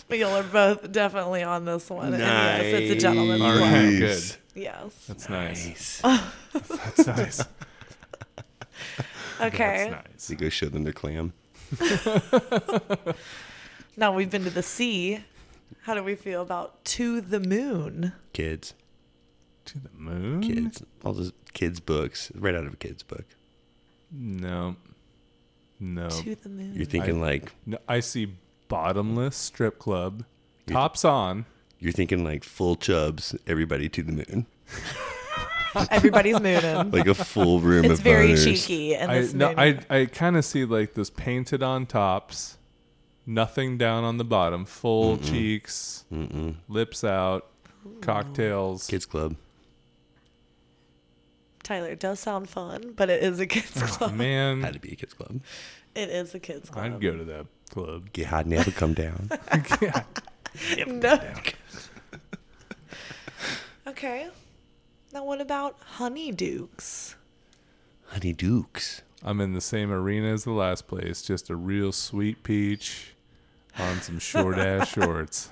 But y'all are both definitely on this one. And yes, it's a gentleman's All club. right, good. *laughs* Yes. That's nice. Ah. So That's nice. Okay. *laughs* That's you nice. go show them their clam. Now we've been to the sea. How do we feel about to the moon? Kids, To the moon? Mm. Kids, all those kids' books, right out of a kid's book. No. No. To the moon. You're thinking like no. I see bottomless strip club, tops on. you're thinking like full chubs, everybody to the moon, *laughs* Everybody's mooning. *laughs* like a full room it's of very boners. cheeky. And I this no, moon- I I kind of see like this painted on tops, nothing down on the bottom, full cheeks, lips out, cocktails. Kids club. Tyler, it does sound fun, but it is *laughs* a kids club. *laughs* Man, Had to be a kids club. It is a kids club. I'd go to that club. Get hot and have it come *laughs* down. Yeah. No. *laughs* okay. Now what about honeydukes? Honey Dukes. I'm in the same arena as the last place, just a real sweet peach on some *laughs* short ass shorts.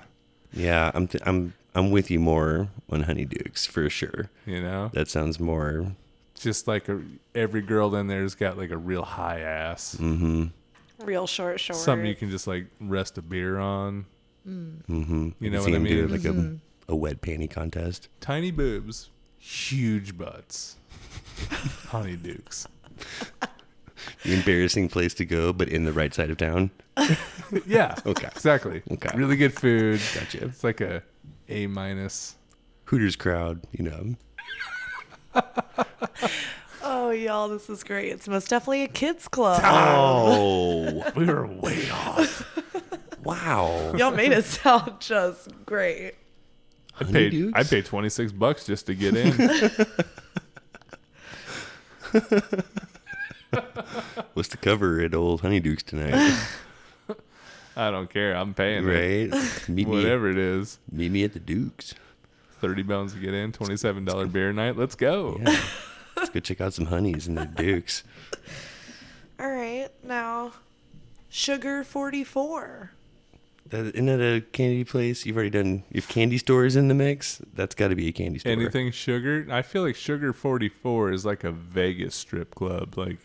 Yeah, I'm th- I'm I'm with you more on Honey Dukes for sure. You know, That sounds more. just like a, every girl in there's got like a real high ass, Mm. Real short shorts. something you can just like rest a beer on. Mm-hmm. You know see what I him do mean? like a a wet panty contest. tiny boobs, huge *laughs* butts. Honey Dukes. The embarrassing place to go, but in the right side of town. Yeah. Okay. Exactly. Okay. Really good food. Gotcha. It's like a A minus. Hooters crowd, you know. Oh y'all, this is great. It's most definitely a *laughs* kids club. Ah. Oh, *laughs* We were way off. *laughs* wow. Y'all made it sound *laughs* just great. I paid, Dukes? I paid 26 bucks just to *laughs* get in. What's the cover at old Honey Dukes tonight? *laughs* *laughs* I don't care. I'm paying. it. Right? Meet Whatever it is. Me, meet me at the Dukes. 30 pounds to get in, $27 beer night. Let's go. Yeah. Let's go check out some honeys and the Dukes. All right, now Sugar 44. That, isn't that a candy place? You've already done. If candy store is in the mix, that's got to be a candy store. Anything sugar? I feel like Sugar 44 is like a Vegas strip club. Like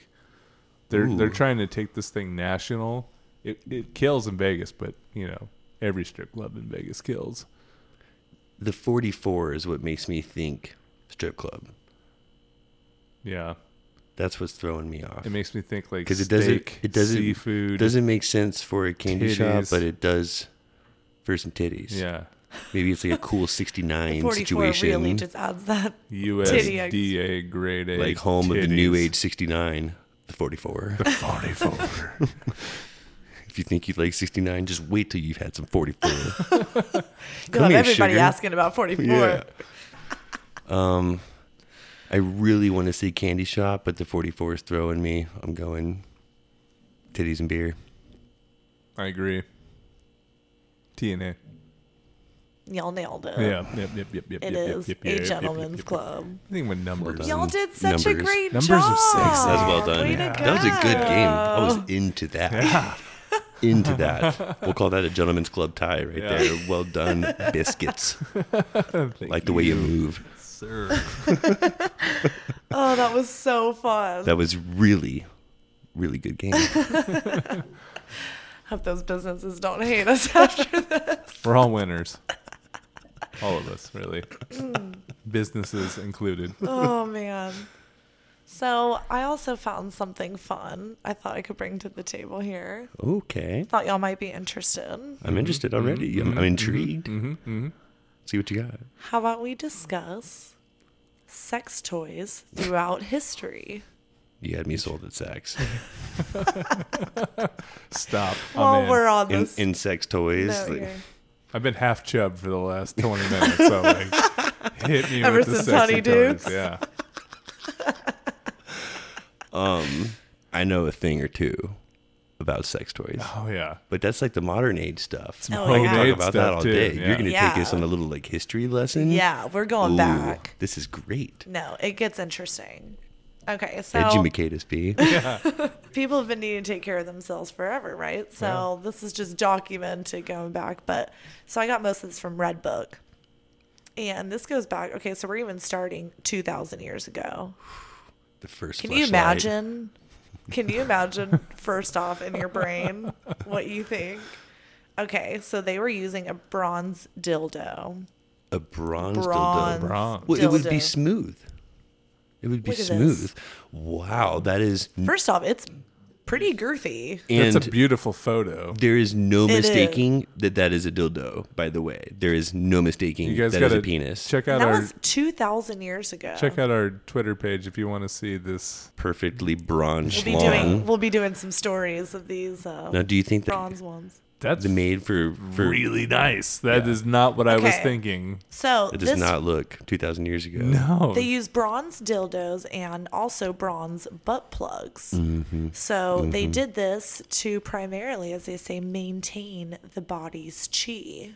they're they're trying to take this thing national. It it kills in Vegas, but you know, every strip club in Vegas kills. The 44 is what makes me think strip club. Yeah. That's what's throwing me off. It makes me think like Because steak, it doesn't. It doesn't. seafood. doesn't make sense for a candy shop, titties. but it does for some titties. yeah. Maybe it's like a cool 69 44 situation. really just adds that. *laughs* USDA grade A. like home of the new titties. age 69 the 44 44. *laughs* if you think you like 69 just wait till you've had some *laughs* 44 You'll have here, everybody sugar. asking about 44. Yeah. Um, i really want to see candy shop but the 44 is throwing me i'm going titties and beer I agree. TNA. Y'all nailed it. Yeah. Yep, yep, yep, yep, yep, yep, It is yep, yep, yep, a yep, gentleman's yep, yep. club. I think with numbers. done. Y'all did Numbers. such a great Numbers job. are sexy. that's well done Way to that was a good go. game i was into that *laughs* into that we'll call that a gentleman's club tie right Yeah. there well done biscuits like the way you move sir. Oh, that was so fun. that was really really good game Hope those businesses don't hate us *laughs* after this. We're all *laughs* winners. All of us, really. Businesses included. Mm. Oh man. So I also found something fun I thought I could bring to the table here. okay Thought y'all might be interested. i'm interested already i'm, I'm intrigued see what you got How about we discuss sex toys throughout history? You had me sold at sex. Stop. While I'm in. we're on Oh, In, this in sex toys. note like, *laughs* here. I've been half chub for the last 20 minutes, so like, *laughs* hit me Ever with the since sexy Honey tones. Dukes. Yeah. I know a thing or two about sex toys. Oh, yeah. But that's like the modern age stuff. Oh, I yeah. can modern talk age about that stuff, all too, day. You're yeah. gonna Yeah. take us on a little like history lesson. Yeah, we're going Ooh, back. This is great. No, it gets interesting. Okay, so Educate us, *laughs* B. people have been needing to take care of themselves forever, right? So this is just documented going back. But so I got most of this from Red Book. And this goes back. Okay, so we're even starting 2,000 years ago. The first. Can you fleshlight. imagine? Can you imagine, first off, in your brain, what you think? Okay, so they were using a bronze dildo. A bronze, Bronze. dildo. Bronze. Well, it would be dildo. smooth. It would be Look at this. smooth. Wow, that is First off, it's pretty girthy. and That's a beautiful photo. there is no It is. mistaking that that is a dildo. By the way, there is no mistaking You guys that got is to a penis. check out That our was 2,000 years ago. check out our Twitter page if you want to see this. Perfectly bronze We'll be long. doing we'll be doing some stories of these uh, now, do you think that bronze ones. That's the maid for for really nice. That is not what I was Okay. thinking. So It does this not look 2,000 years ago. No, They use bronze dildos and also bronze butt plugs. Mm-hmm. So they did this to primarily, as they say, maintain the body's chi.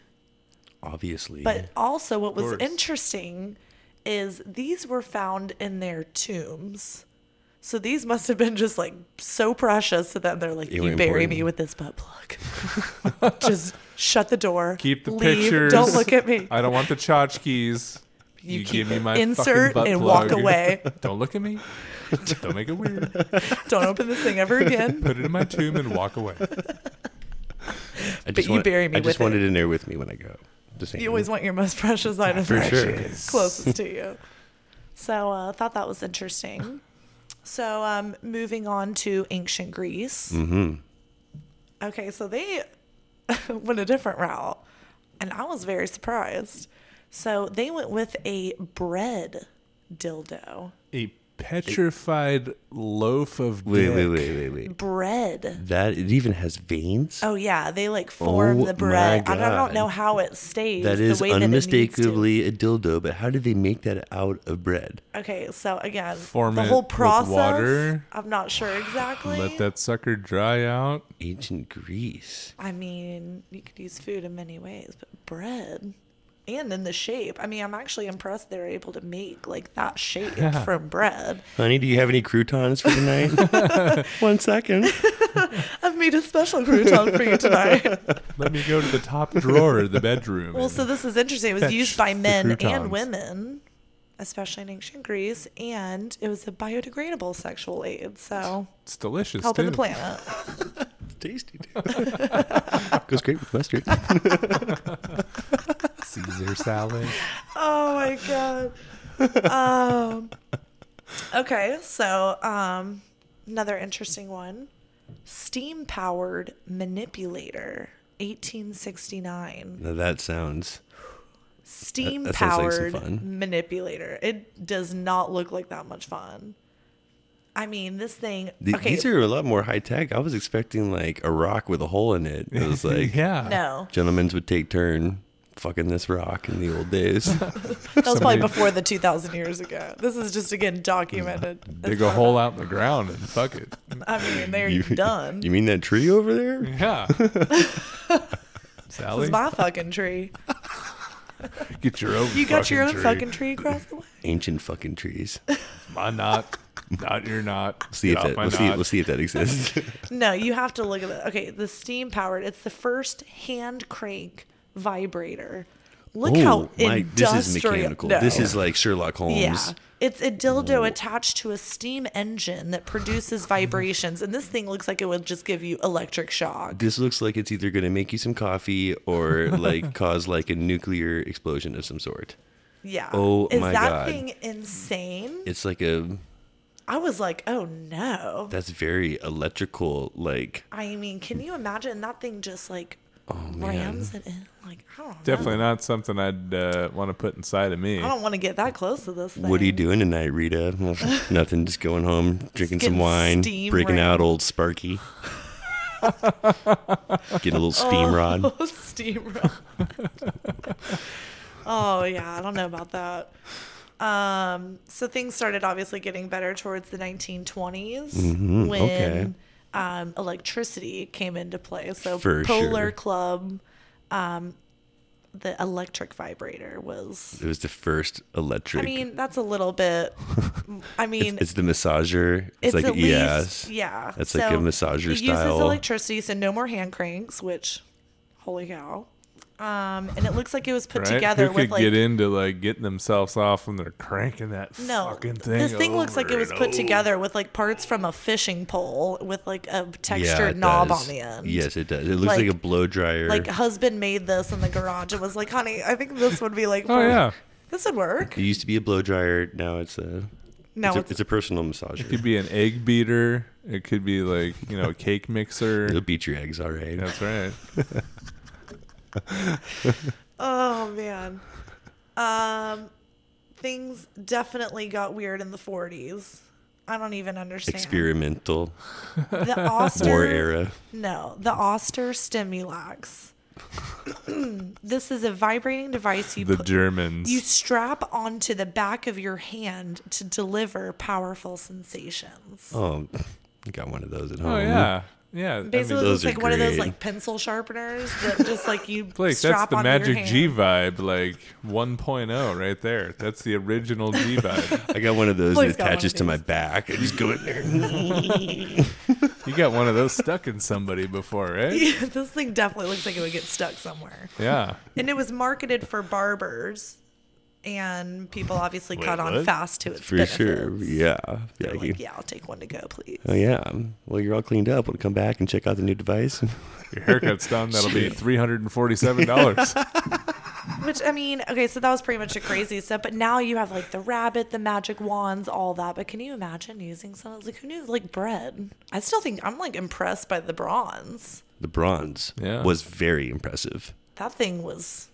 Obviously. But also, what was course. interesting is these were found in their tombs. So these must have been just like so precious to them. They're like, They you were bury important. me with this butt plug. *laughs* just shut the door. keep the leave, pictures. Don't look at me. I don't want the tchotchkes. You, keep- give me my fucking insert butt and walk plug. *laughs* away. Don't look at me. Don't make it weird. Don't open this thing ever again. Put it in my tomb and walk away. I just you bury me I just with wanted it. in there with me when I go. Just saying. You always want your most precious item For sure. *laughs* closest to you. So uh, I thought that was interesting. So um, moving on to ancient Greece. Mm-hmm. Okay, so they *laughs* went a different route, and I was very surprised. So they went with a bread dildo. A petrified loaf of Wait, dick. wait, wait, wait, wait. Bread. That, it even has veins? Oh yeah, they like form Oh, the bread. my I don't- I don't God. know how it stays. that the is way that it needs to. unmistakably a dildo, but how did they make that out of bread? Okay, so again, Form the it whole with process. water. I'm not sure exactly. Let that sucker dry out. Ancient Greece. I mean, you could use food in many ways, but bread and in the shape. I mean, I'm actually impressed they're able to make like *laughs* that shape from bread. Honey, do you have any croutons for tonight? *laughs* One second. I've made a special crouton for *laughs* you tonight. Let me go to the top drawer of the bedroom. Well, and- so this is interesting. It was Fetch used by the men and croutons. women, especially in ancient Greece, and it was a biodegradable sexual aid. So it's delicious. helping the too. planet. Tasty. *laughs* Goes great with mustard. Caesar salad. Oh my god. Um, okay, so um, another interesting one: steam powered manipulator, 1869. Now that sounds. Steam sounds like some powered fun. manipulator. It does not look like that much fun. I mean, this thing. th- okay, These are a lot more high tech. I was expecting like a rock with a hole in it. It was *laughs* *laughs* like, Yeah. *laughs* no, gentlemen's would take turn fucking this rock in the old *laughs* days. that was probably somebody- before the 2,000 years ago. This is just again documented. Dig a hole out in the ground and fuck *laughs* it. I mean, they're done. you *laughs* mean that tree over there? *laughs* Yeah. this Sally, is my fucking tree. get your own. You got your own tree. fucking tree across the way. Ancient fucking trees. My knot, not your knot. We'll *laughs* see Get if off that my we'll see, knot. we'll see if that exists. No, you have to look at that. Okay, the steam powered. It's the first hand crank vibrator. *laughs* Look how industrial. Oh, this is mechanical. No. This is like Sherlock Holmes. yeah. It's a dildo attached to a steam engine *laughs* that produces vibrations, and this thing looks like it would just give you electric shock. This looks like it's either going to make you some coffee *laughs* or like cause like a nuclear explosion of some sort. Yeah. Oh is my that God. thing insane? It's like a I was like, oh no. that's very electrical like I mean, can you imagine that thing just like Oh, rams it in? Like, I don't know. Definitely not something I'd uh, want to put inside of me. I don't want to get that close to this thing. what are you doing tonight, Rita? *laughs* Well, Nothing, just going home, drinking some getting wine, steam breaking out rammed. old *laughs* Sparky. Getting a little Oh. steam rod. *laughs* steamroll. *laughs* oh yeah, I don't know about that. Um, so things started obviously getting better towards the 1920s when Mm-hmm, okay. um, electricity came into play. So For Polar sure. Club, um, the electric vibrator was. It was the first electric. I mean, that's a little bit. I mean, it's the massager. It's, it's, like at a least yes. yeah. That's like a massager it uses style. electricity, so no more hand cranks. Which, holy cow! Um, and it looks like it was put Right? together Who with could like get into like getting themselves off when they're cranking that no. fucking thing? this thing looks over like it was and put over? together with like parts from a fishing pole with like a textured it knob does. on the end. Yes, it does. It looks like, Like- a blow dryer. Like husband made this in the garage and was like, "Honey, I think this would be like Oh yeah, This would work." it used to be a blow dryer. Now it's a No, it's, a, it's, it's a personal massager. could be an egg beater. It could be like you know a cake It'll mixer. beat your eggs, all right. That's right. oh man. Um things definitely got weird in the 40s. I don't even understand. Experimental *laughs* The Oster war era. No, the Oster Stimulax. *clears throat* this is a vibrating device *laughs* you The put- Germans. you strap onto the back of your hand to deliver powerful sensations. Oh, I got one of those at home. oh yeah, yeah. I mean, Basically, those are it's like one of those great. like pencil sharpeners that just like *laughs* you Blake, that's strap the onto your Magic hand. G vibe, like 1.0 right there. That's the original G vibe. I got one of those Blake's that got one of attaches to my these. back. I just go in *laughs* there. You got one of those stuck in somebody before, right? Yeah, *laughs* this thing definitely looks like it would get stuck somewhere. Yeah. And it was marketed for barbers, and people obviously Wait, caught on what? fast to its For benefits. sure. Yeah. Yeah, They're you- like, yeah, I'll take one to go, please. *laughs* Oh yeah. Well, you're all cleaned up. Want to come back and check out the new device? *laughs* Your haircut's done. That'll *laughs* be $347. Which I mean, okay, so that was pretty much the crazy stuff. But now you have like the rabbit, the magic wands, all that. But can you imagine using something like who knew like bread? I still think I'm like impressed by the bronze. the bronze Yeah. was very impressive. That thing was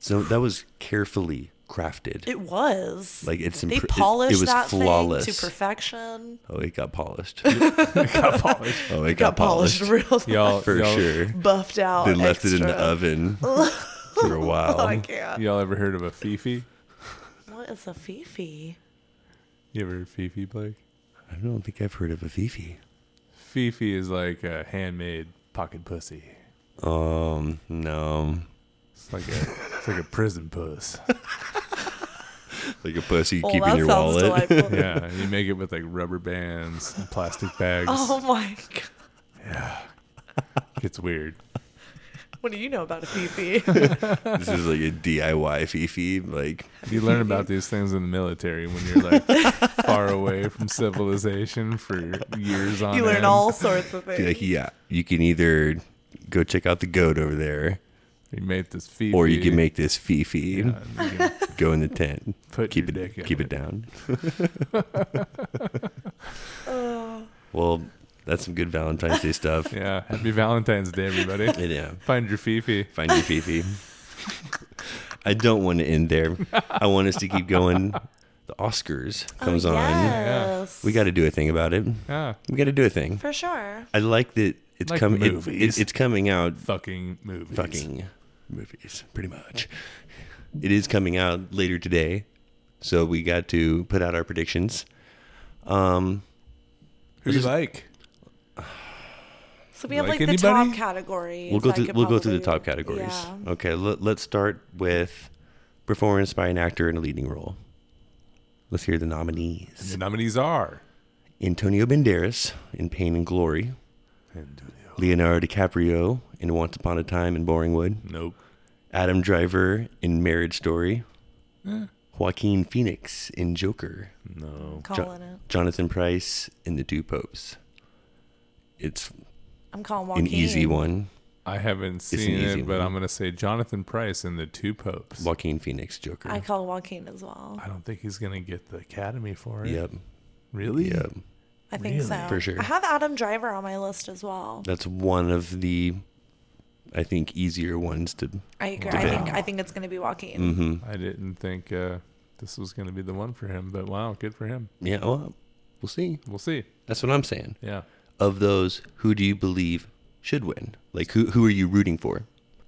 So that was carefully crafted. it was Like, it's they impre- it- it polished was that flawless. thing to perfection. oh, it got polished. *laughs* it got polished. Oh, it, got, polished. *laughs* real, Y'all, For y'all, sure. buffed out. They left it in the extra. *laughs* oven for a while. Oh, I can't. Y'all ever heard of a Fifi? What is a fifi? You ever heard Fifi, Blake? I don't think I've heard of a Fifi. Fifi is like a handmade pocket pussy. Um, no. It's like a, it's like a prison puss. Like a pussy Oh, keeping that your sounds wallet. *laughs* delightful. Yeah, you make it with like rubber bands, and plastic bags. Oh my god! It's weird. What do you know about *laughs* a fifi? This is like a DIY Fifi. Like, You learn about these things in the military when *laughs* you're like far away from civilization for years on. you learn end. all sorts of be like, things. yeah, you can either go check out the goat over there, You make this Fifi, or you can make this Fifi. Yeah, and you can Go in the tent. put keep your it dick in keep it down. well, that's some good Valentine's Day stuff. Yeah. *laughs* Yeah. Happy Valentine's Day, everybody. Find your Fifi. Find your Fifi. I don't want to end there. I want us to keep going. The Oscars comes on. Yes. We got to do a thing about it. Yeah. We got to do a thing. For sure. I like that it's Like coming. It, movies. it- it's coming out. Fucking movies. Fucking movies, pretty much. It is coming out later today, so we got to put out our predictions. Um, Who do you like? So we have Like like, the anybody? top categories. we'll go I through. could We'll go through the probably- top categories. Yeah. Okay, let, let's start with performance by an actor in a leading role. Let's hear the nominees: The nominees are Antonio Banderas in Pain and Glory, Leonardo DiCaprio in Once Upon a Time in Boringwood, Nope. Adam Driver in Marriage Story, Joaquin Phoenix in Joker, No. Calling it. Jonathan Price in The Two Popes. It's I'm calling an Joaquin. easy one. I haven't an seen easy it, but one. I'm gonna say Jonathan Price in the Two Popes. Joaquin Phoenix Joker. I call Joaquin as well. I don't think he's gonna get the Academy for it. yep, Really? yep. I think so. For sure. I have Adam Driver on my list as well. That's one of the, I think, easier ones to. I agree. I think I think it's going to be Mm-hmm. Joaquin. I didn't think uh, this was gonna be the one for him, but wow, good for him. Yeah, well, we'll see. We'll see. That's what I'm saying. Yeah. Of those, who do you believe should win? Like, who who are you rooting for?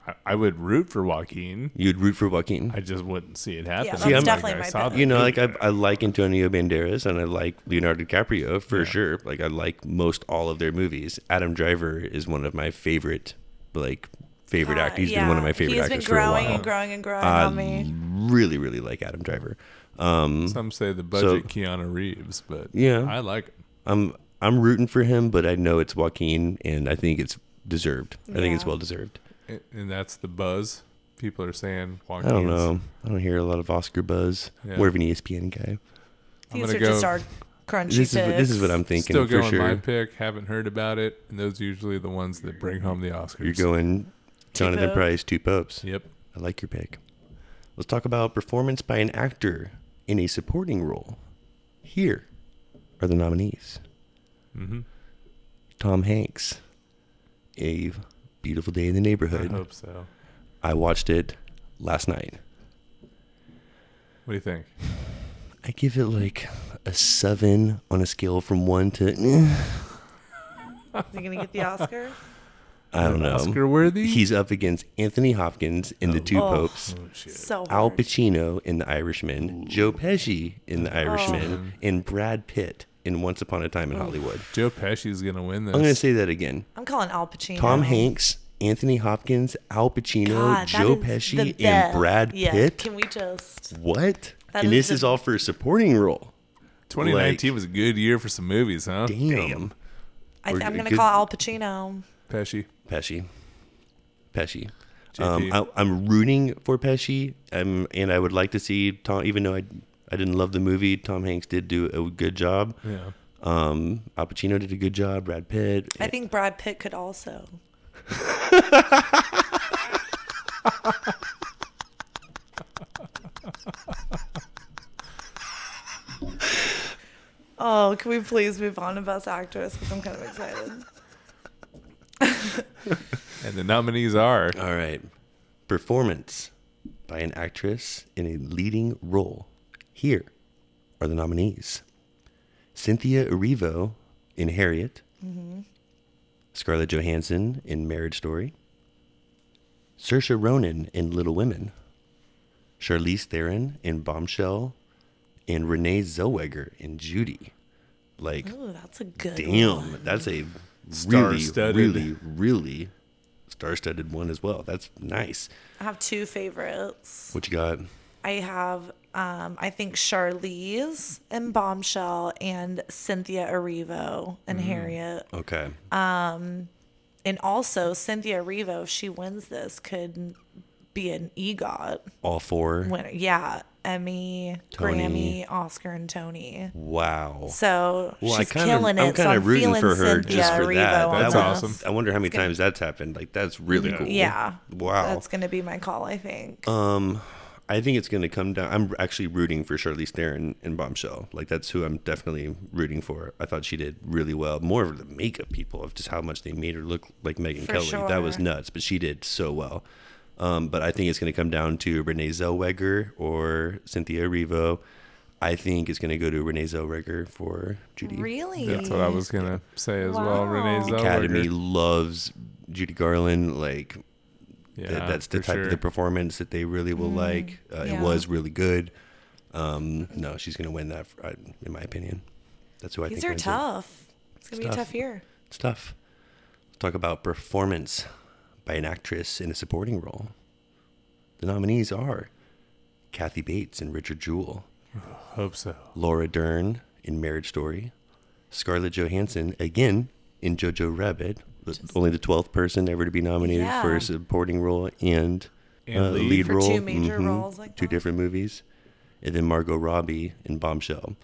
I, I would root for Joaquin. You'd root for Joaquin. I just wouldn't see it happen. that's I'm definitely I my saw pick. that you *clears throat* know, movie. like I, I like Antonio Banderas and I like Leonardo DiCaprio for sure. Like I like most all of their movies. Adam Driver is one of my favorite, like favorite actors. He's been one of my favorite He's been actors for growing a while. Um, and growing and growing I on me. really, really like Adam Driver. Um, Some say the budget Keanu Reeves, but Yeah. I like him. I'm I'm rooting for him, but I know it's Joaquin, and I think it's deserved. I think it's Yeah. well deserved. A- and that's the buzz. people are saying. I don't know. I don't hear a lot of Oscar buzz. Yeah. More of an E ESPN guy. I'm These gonna are just go- our crunchy This is what, this is what picks. I'm thinking Still for going my sure. pick. Haven't heard about it. And those are usually the ones that bring home the Oscars. You're going Jonathan pups. Price, two pups. Yep. I like your pick. Let's talk about performance by an actor in a supporting role. Here are the nominees Mm-hmm. hmm Tom Hanks, A Beautiful Day in the I Uh-huh. Neighborhood. hope so. I watched it last night. What do you think? I give it like a seven on a scale from one to. eh, Is he gonna get the Oscar? I don't know. Oscar worthy? He's up against Anthony Hopkins in The Two Oh. Popes, so Al hard. Pacino in The Irishman, Joe Pesci in The Irishman, and Brad Pitt in Once Upon a Time in Hollywood. Joe Pesci's gonna win this. I'm going to say that again. I'm calling Al Pacino. Tom Hanks, Anthony Hopkins, Al Pacino, God, that Joe is the Pesci, and best. Brad Yeah, Pitt. Can we just? What? and That is this the- is all for a supporting role. 2019 like- was a good year for some movies, huh? Damn. I Or th- I'm you gonna could- call Al Pacino. Pesci. Pesci. Pesci. Um, JP. I, I'm rooting for Pesci, um, and I would like to see Tom. Even though I, I didn't love the movie, Tom Hanks did do a good job. Yeah. Um, Al Pacino did a good job. Brad Pitt. I think Brad Pitt *laughs* could also. oh, can we please move on to Best Actress? Because I'm kind of excited. And the nominees are All right, performance by an actress in a leading role. Here are the nominees: Cynthia Erivo in Harriet, Scarlett Johansson in Marriage Story, Saoirse Ronan in Little Women, Charlize Theron in Bombshell, and Renee Zellweger in Judy. Like, Ooh, that's a good. one. damn, that's a really, Star-studded. really, really star-studded one as well. That's nice. I have two favorites. What you got? I have, um, I think Charlize and Bombshell and Cynthia Erivo Mm. and Harriet. Okay. And also Cynthia Erivo, if she wins this, could be an EGOT All four. winner. Yeah. Emmy, Tony. Grammy, Oscar, and Tony. Wow. So Well, I she's kinda- killing it. I'm so kinda I'm rooting feeling for her Cynthia just for Erivo that. on That's this. awesome. I wonder how many times that's happened. Like that's really cool. Yeah. Wow. That's going to be my call, I think. Um, I think it's going to come down. I'm actually rooting for Charlize Theron in Bombshell. Like that's who I'm definitely rooting for. I thought she did really well. More of the makeup people of just how much they made her look like Megan For Kelly. That was sure. nuts, but she did so well. Um, but I think it's going to come down to Renee Zellweger or Cynthia Erivo. I think it's going to go to Renee Zellweger for Judy. really? that's what I was gonna say as well. Wow. Renee Zellweger. Academy loves Judy Garland. Like Yeah, that, that's the for type of the sure. performance that they really will like. Uh, yeah. It was really good. Um, no, she's going to win that, I- in my opinion. That's who I These think are wins it. tough. It's going to be a tough. tough year. It's tough. Let's talk about performance by an actress in a supporting role. The nominees are Kathy Bates and Richard Jewell, Hope so. Laura Dern in Marriage Story, Scarlett Johansson again in Jojo Rabbit, the- only the 12th person ever to be nominated Yeah. for a supporting role and, And uh, lead. lead For role. two major Mhm. roles like two that. different movies. And then Margot Robbie in Bombshell.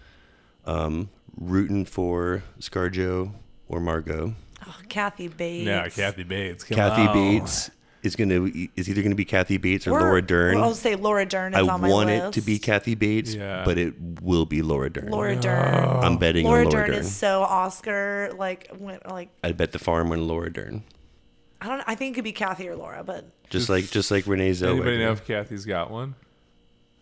Um, rooting for ScarJo or Margot. Oh, Kathy Bates. Yeah, Kathy Bates. Come Kathy on. Bates is going to is either going to be Kathy Bates or, Or- Laura Dern. Well, I'll say Laura Dern is I on my want list. it to be Kathy Bates, Yeah. but it will be Laura Dern. Laura Dern. I'm betting Laura on Laura Dern, Dern. is so Oscar like went like I bet the farm on Laura Dern. I don't I think it could be Kathy or Laura, but Just like just like Renee Anybody Zellweger. know if Kathy's got one?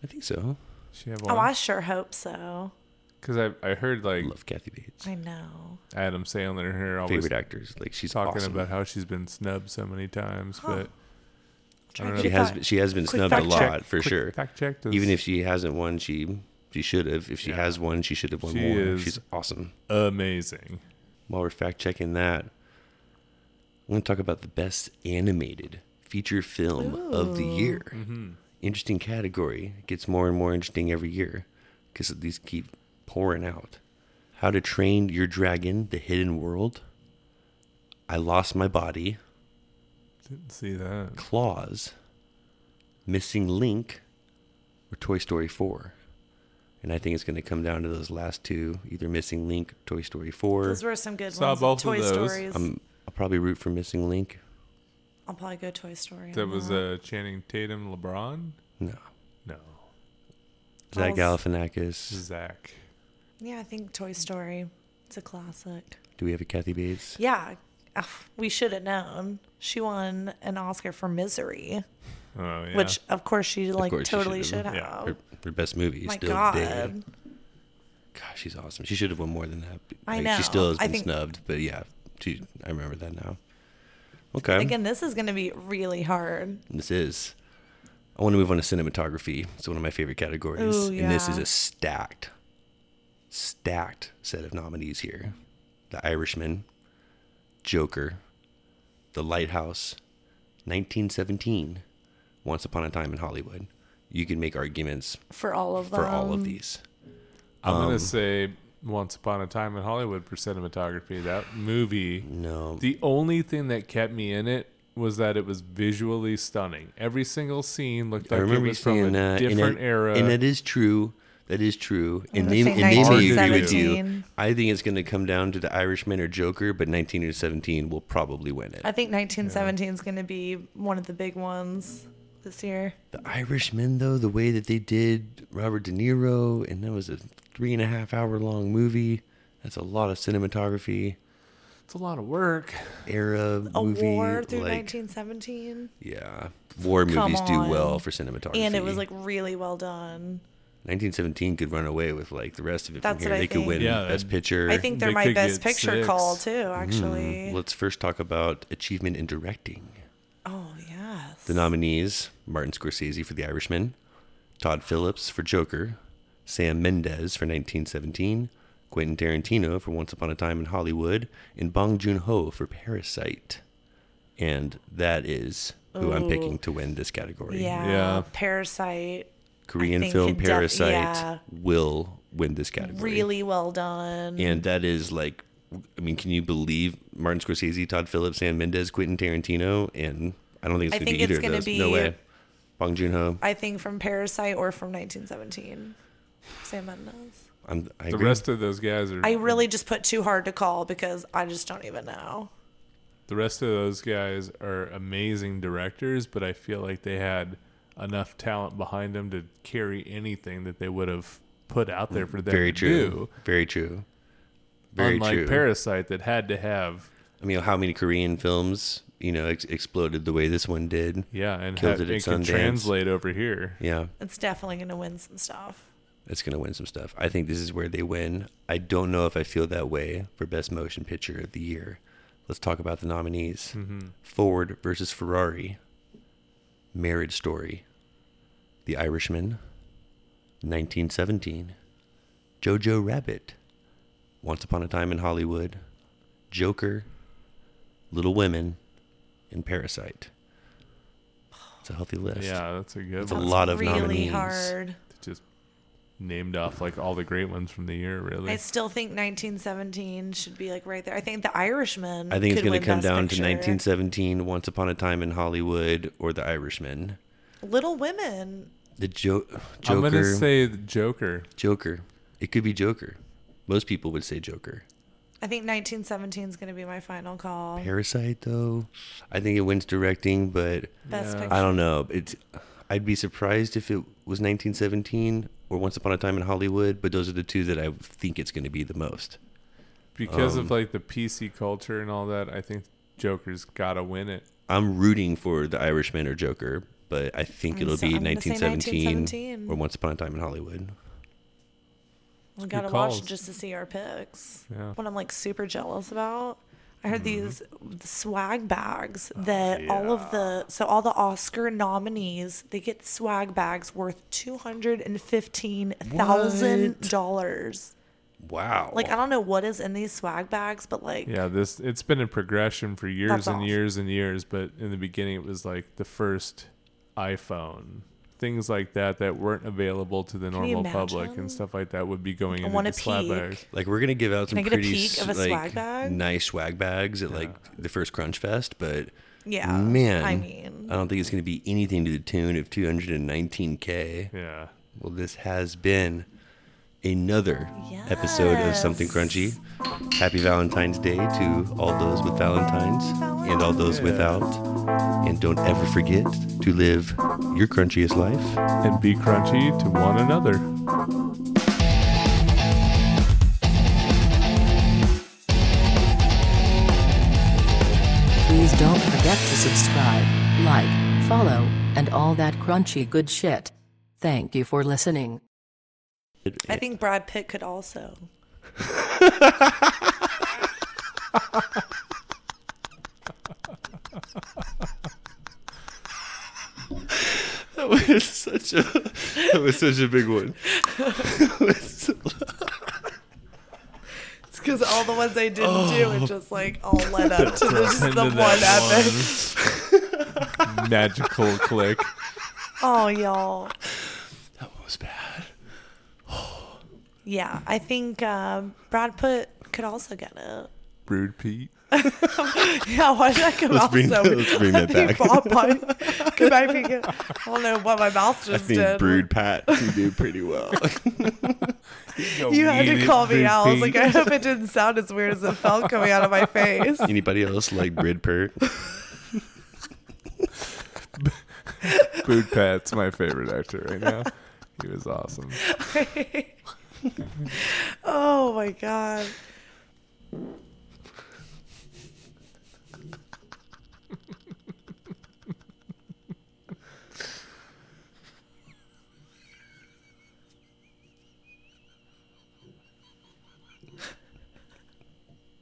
I think so. She have oh, I one. sure hope so. Because I, I heard like Love Kathy Bates. I know. Adam Sandler and her always Favorite actors. Like she's talking awesome. about how she's been snubbed so many times, but Try to know. get she a has thought. been- she has been Quick snubbed a fact lot check. for Quick sure. Fact check this. Even if she hasn't won, she she should have. If she has won, she should have won She more. is- She's awesome. amazing. While we're fact checking that, I'm going to talk about the best animated feature film of the year. Interesting category. It gets more and more interesting every year because these keep pouring out. How to Train Your Dragon: The Hidden World. I Lost My Body. Didn't see that. Claws. Missing Link, or Toy Story 4. And I think it's going to come down to those last two either Missing Link, Toy Story 4. Those were some good Saw ones. both of Toy those. Stories. I'm, I'll probably root for Missing Link. I'll probably go Toy Story. That on was uh, Channing Tatum, LeBron. No. No, Zach Balls. Galifianakis. Zach. Yeah, I think Toy Story. It's a classic. Do we have a Kathy Bates? Yeah, ugh, we should have known. She won an Oscar for Misery, Oh yeah. which of course she like course she totally should should have. have. Her, her best movie. My still God, Dead. Gosh, she's awesome. She should have won more than that. I Like, know. She still has I been think- snubbed, but yeah, she, I remember that now. Okay. again, this is going to be really hard. This is. I want to move on to cinematography. It's one of my favorite categories. Ooh, And this yeah. is a stacked, stacked set of nominees here The Irishman, Joker, The Lighthouse, 1917, Once Upon a Time in Hollywood. You can make arguments For all of them. for all of these. I'm um, gonna say Once Upon a Time in Hollywood for cinematography. That movie. No. The only thing that kept me in it was that it was visually stunning. Every single scene looked I like it remember you was from a saying that. different and that- era. And that is true. That is true. And gonna they, say and they may agree with 1917. you. I think it's going to come down to the Irishman or Joker, but 19 or 17 will probably win it. I think 1917 is going to be one of the big ones this year. The Irishman, though, the way that they did Robert De Niro, and that was a three and a half hour long movie. That's a lot of cinematography, it's a lot of work. era A movie. war through like, 1917, yeah, war Come movies do well on. for cinematography. and it was like really well done. 1917 could run away with like the rest of it That's from here. what I they could think. win Yeah, best and picture. I think they're They my could best get picture six. call too. Hmm. Actually, Let's first talk about achievement in directing. oh yes, The nominees Martin Scorsese for The Irishman, Todd Phillips for Joker, Sam Mendes for 1917, Quentin Tarantino for Once Upon a Time in Hollywood, and Bong Joon Ho for Parasite. And that is who I'm picking to win this category. yeah. Yeah. Parasite, Korean think film it def- Parasite yeah. will win this category. really well done. And that is like, I mean, can you believe Martin Scorsese, Todd Phillips, Sam Mendes, Quentin Tarantino, and I don't think I it's going to think be either it's of gonna those. No be- way. Bong Joon Ho. I think from Parasite or from 1917. Sam Mendes. I'm I The agree. rest of those guys are. I really just put too hard to call because I just don't even know. the rest of those guys are amazing directors, but I feel like they had enough talent behind them to carry anything that they would have put out there for them Very to true. do. Very true. Very Unlike true. Parasite, that had to have I mean, how many Korean films you know ex- exploded the way this one did? yeah, and Killed it had, it, at could Sundance. translate over here. Yeah, It's definitely going to win some stuff. it's gonna win some stuff. I think this is where they win. I don't know if I feel that way for best motion picture of the year. Let's talk about the nominees: Ford versus Ferrari, Marriage Story, The Irishman, 1917, Jojo Rabbit, Once Upon a Time in Hollywood, Joker, Little Women, and Parasite. It's a healthy list. Yeah, that's a good a one. That's lot of really nominees. hard. Just named off like all the great ones from the year, really. I still think 1917 should be like right there. I think The Irishman. I think it's could going win to come Best down Picture. to 1917, Once Upon a Time in Hollywood, or The Irishman. Little Women. The jo- Joker. I'm gonna say the Joker. Joker. It could be Joker. Most people would say Joker. I think 1917 is going to be my final call. Parasite, though, I think it wins directing, but Best Picture. I don't know. It's I'd be surprised if it was 1917 or Once Upon a Time in Hollywood, but those are the two that I think it's going to be the most. Because Um, of like the PC culture and all that, I think Joker's gotta win it. I'm rooting for The Irishman or Joker, but I think I'm it'll so- be I'm gonna say 1917, 1917. or Once Upon a Time in Hollywood. We gotta calls. watch just to see our picks. Yeah. What I'm like super jealous about. I Mm-hmm. heard these swag bags Oh, that all of the so all the Oscar nominees they get swag bags worth two hundred and fifteen thousand dollars. Wow. Like I don't know what is in these swag bags, but like Yeah, this it's been in progression for years That's and awesome. years and years, but in the beginning it was like the first iPhone. Things like that that weren't available to the you normal public imagine? and stuff like that would be going I into want the a slab peek. bags. Like we're gonna give out some I get a pretty peek of a s- like swag bag? nice swag bags at like the first Crunch Fest, but Yeah. Man, Uh, I mean, I don't think it's going to be anything to the tune of 219K. Yeah. Well, this has been another episode of Something Yes. Crunchy. Happy Valentine's Day to all those with Valentines and all those Yeah. without. And don't ever forget to live your crunchiest life. And be crunchy to one another. Please don't forget to subscribe, like, follow, and all that crunchy good shit. Thank you for listening. I think Brad Pitt could also. *laughs* That was such a that was such a big *laughs* *laughs* one. It's because all the ones I didn't do, Oh. it just like all *laughs* led up to this, Into the one that epic. one *laughs* Magical click. Oh, y'all. that was bad. Yeah, I think um, Brad Pitt could also get it. *laughs* Brood Pete. Yeah, why did I come Let's out bring- so? let's bring *laughs* that I back. think Bob might- *laughs* could I, be good? I don't know what my mouth I just think did. Brood Pat you did pretty well. You had to call me out. I was like, I I hope it didn't sound as weird as it felt coming out of my face. *laughs* Anybody else like Brid Pert? Brood Pat's my favorite actor right now. He was awesome. *laughs* oh my god.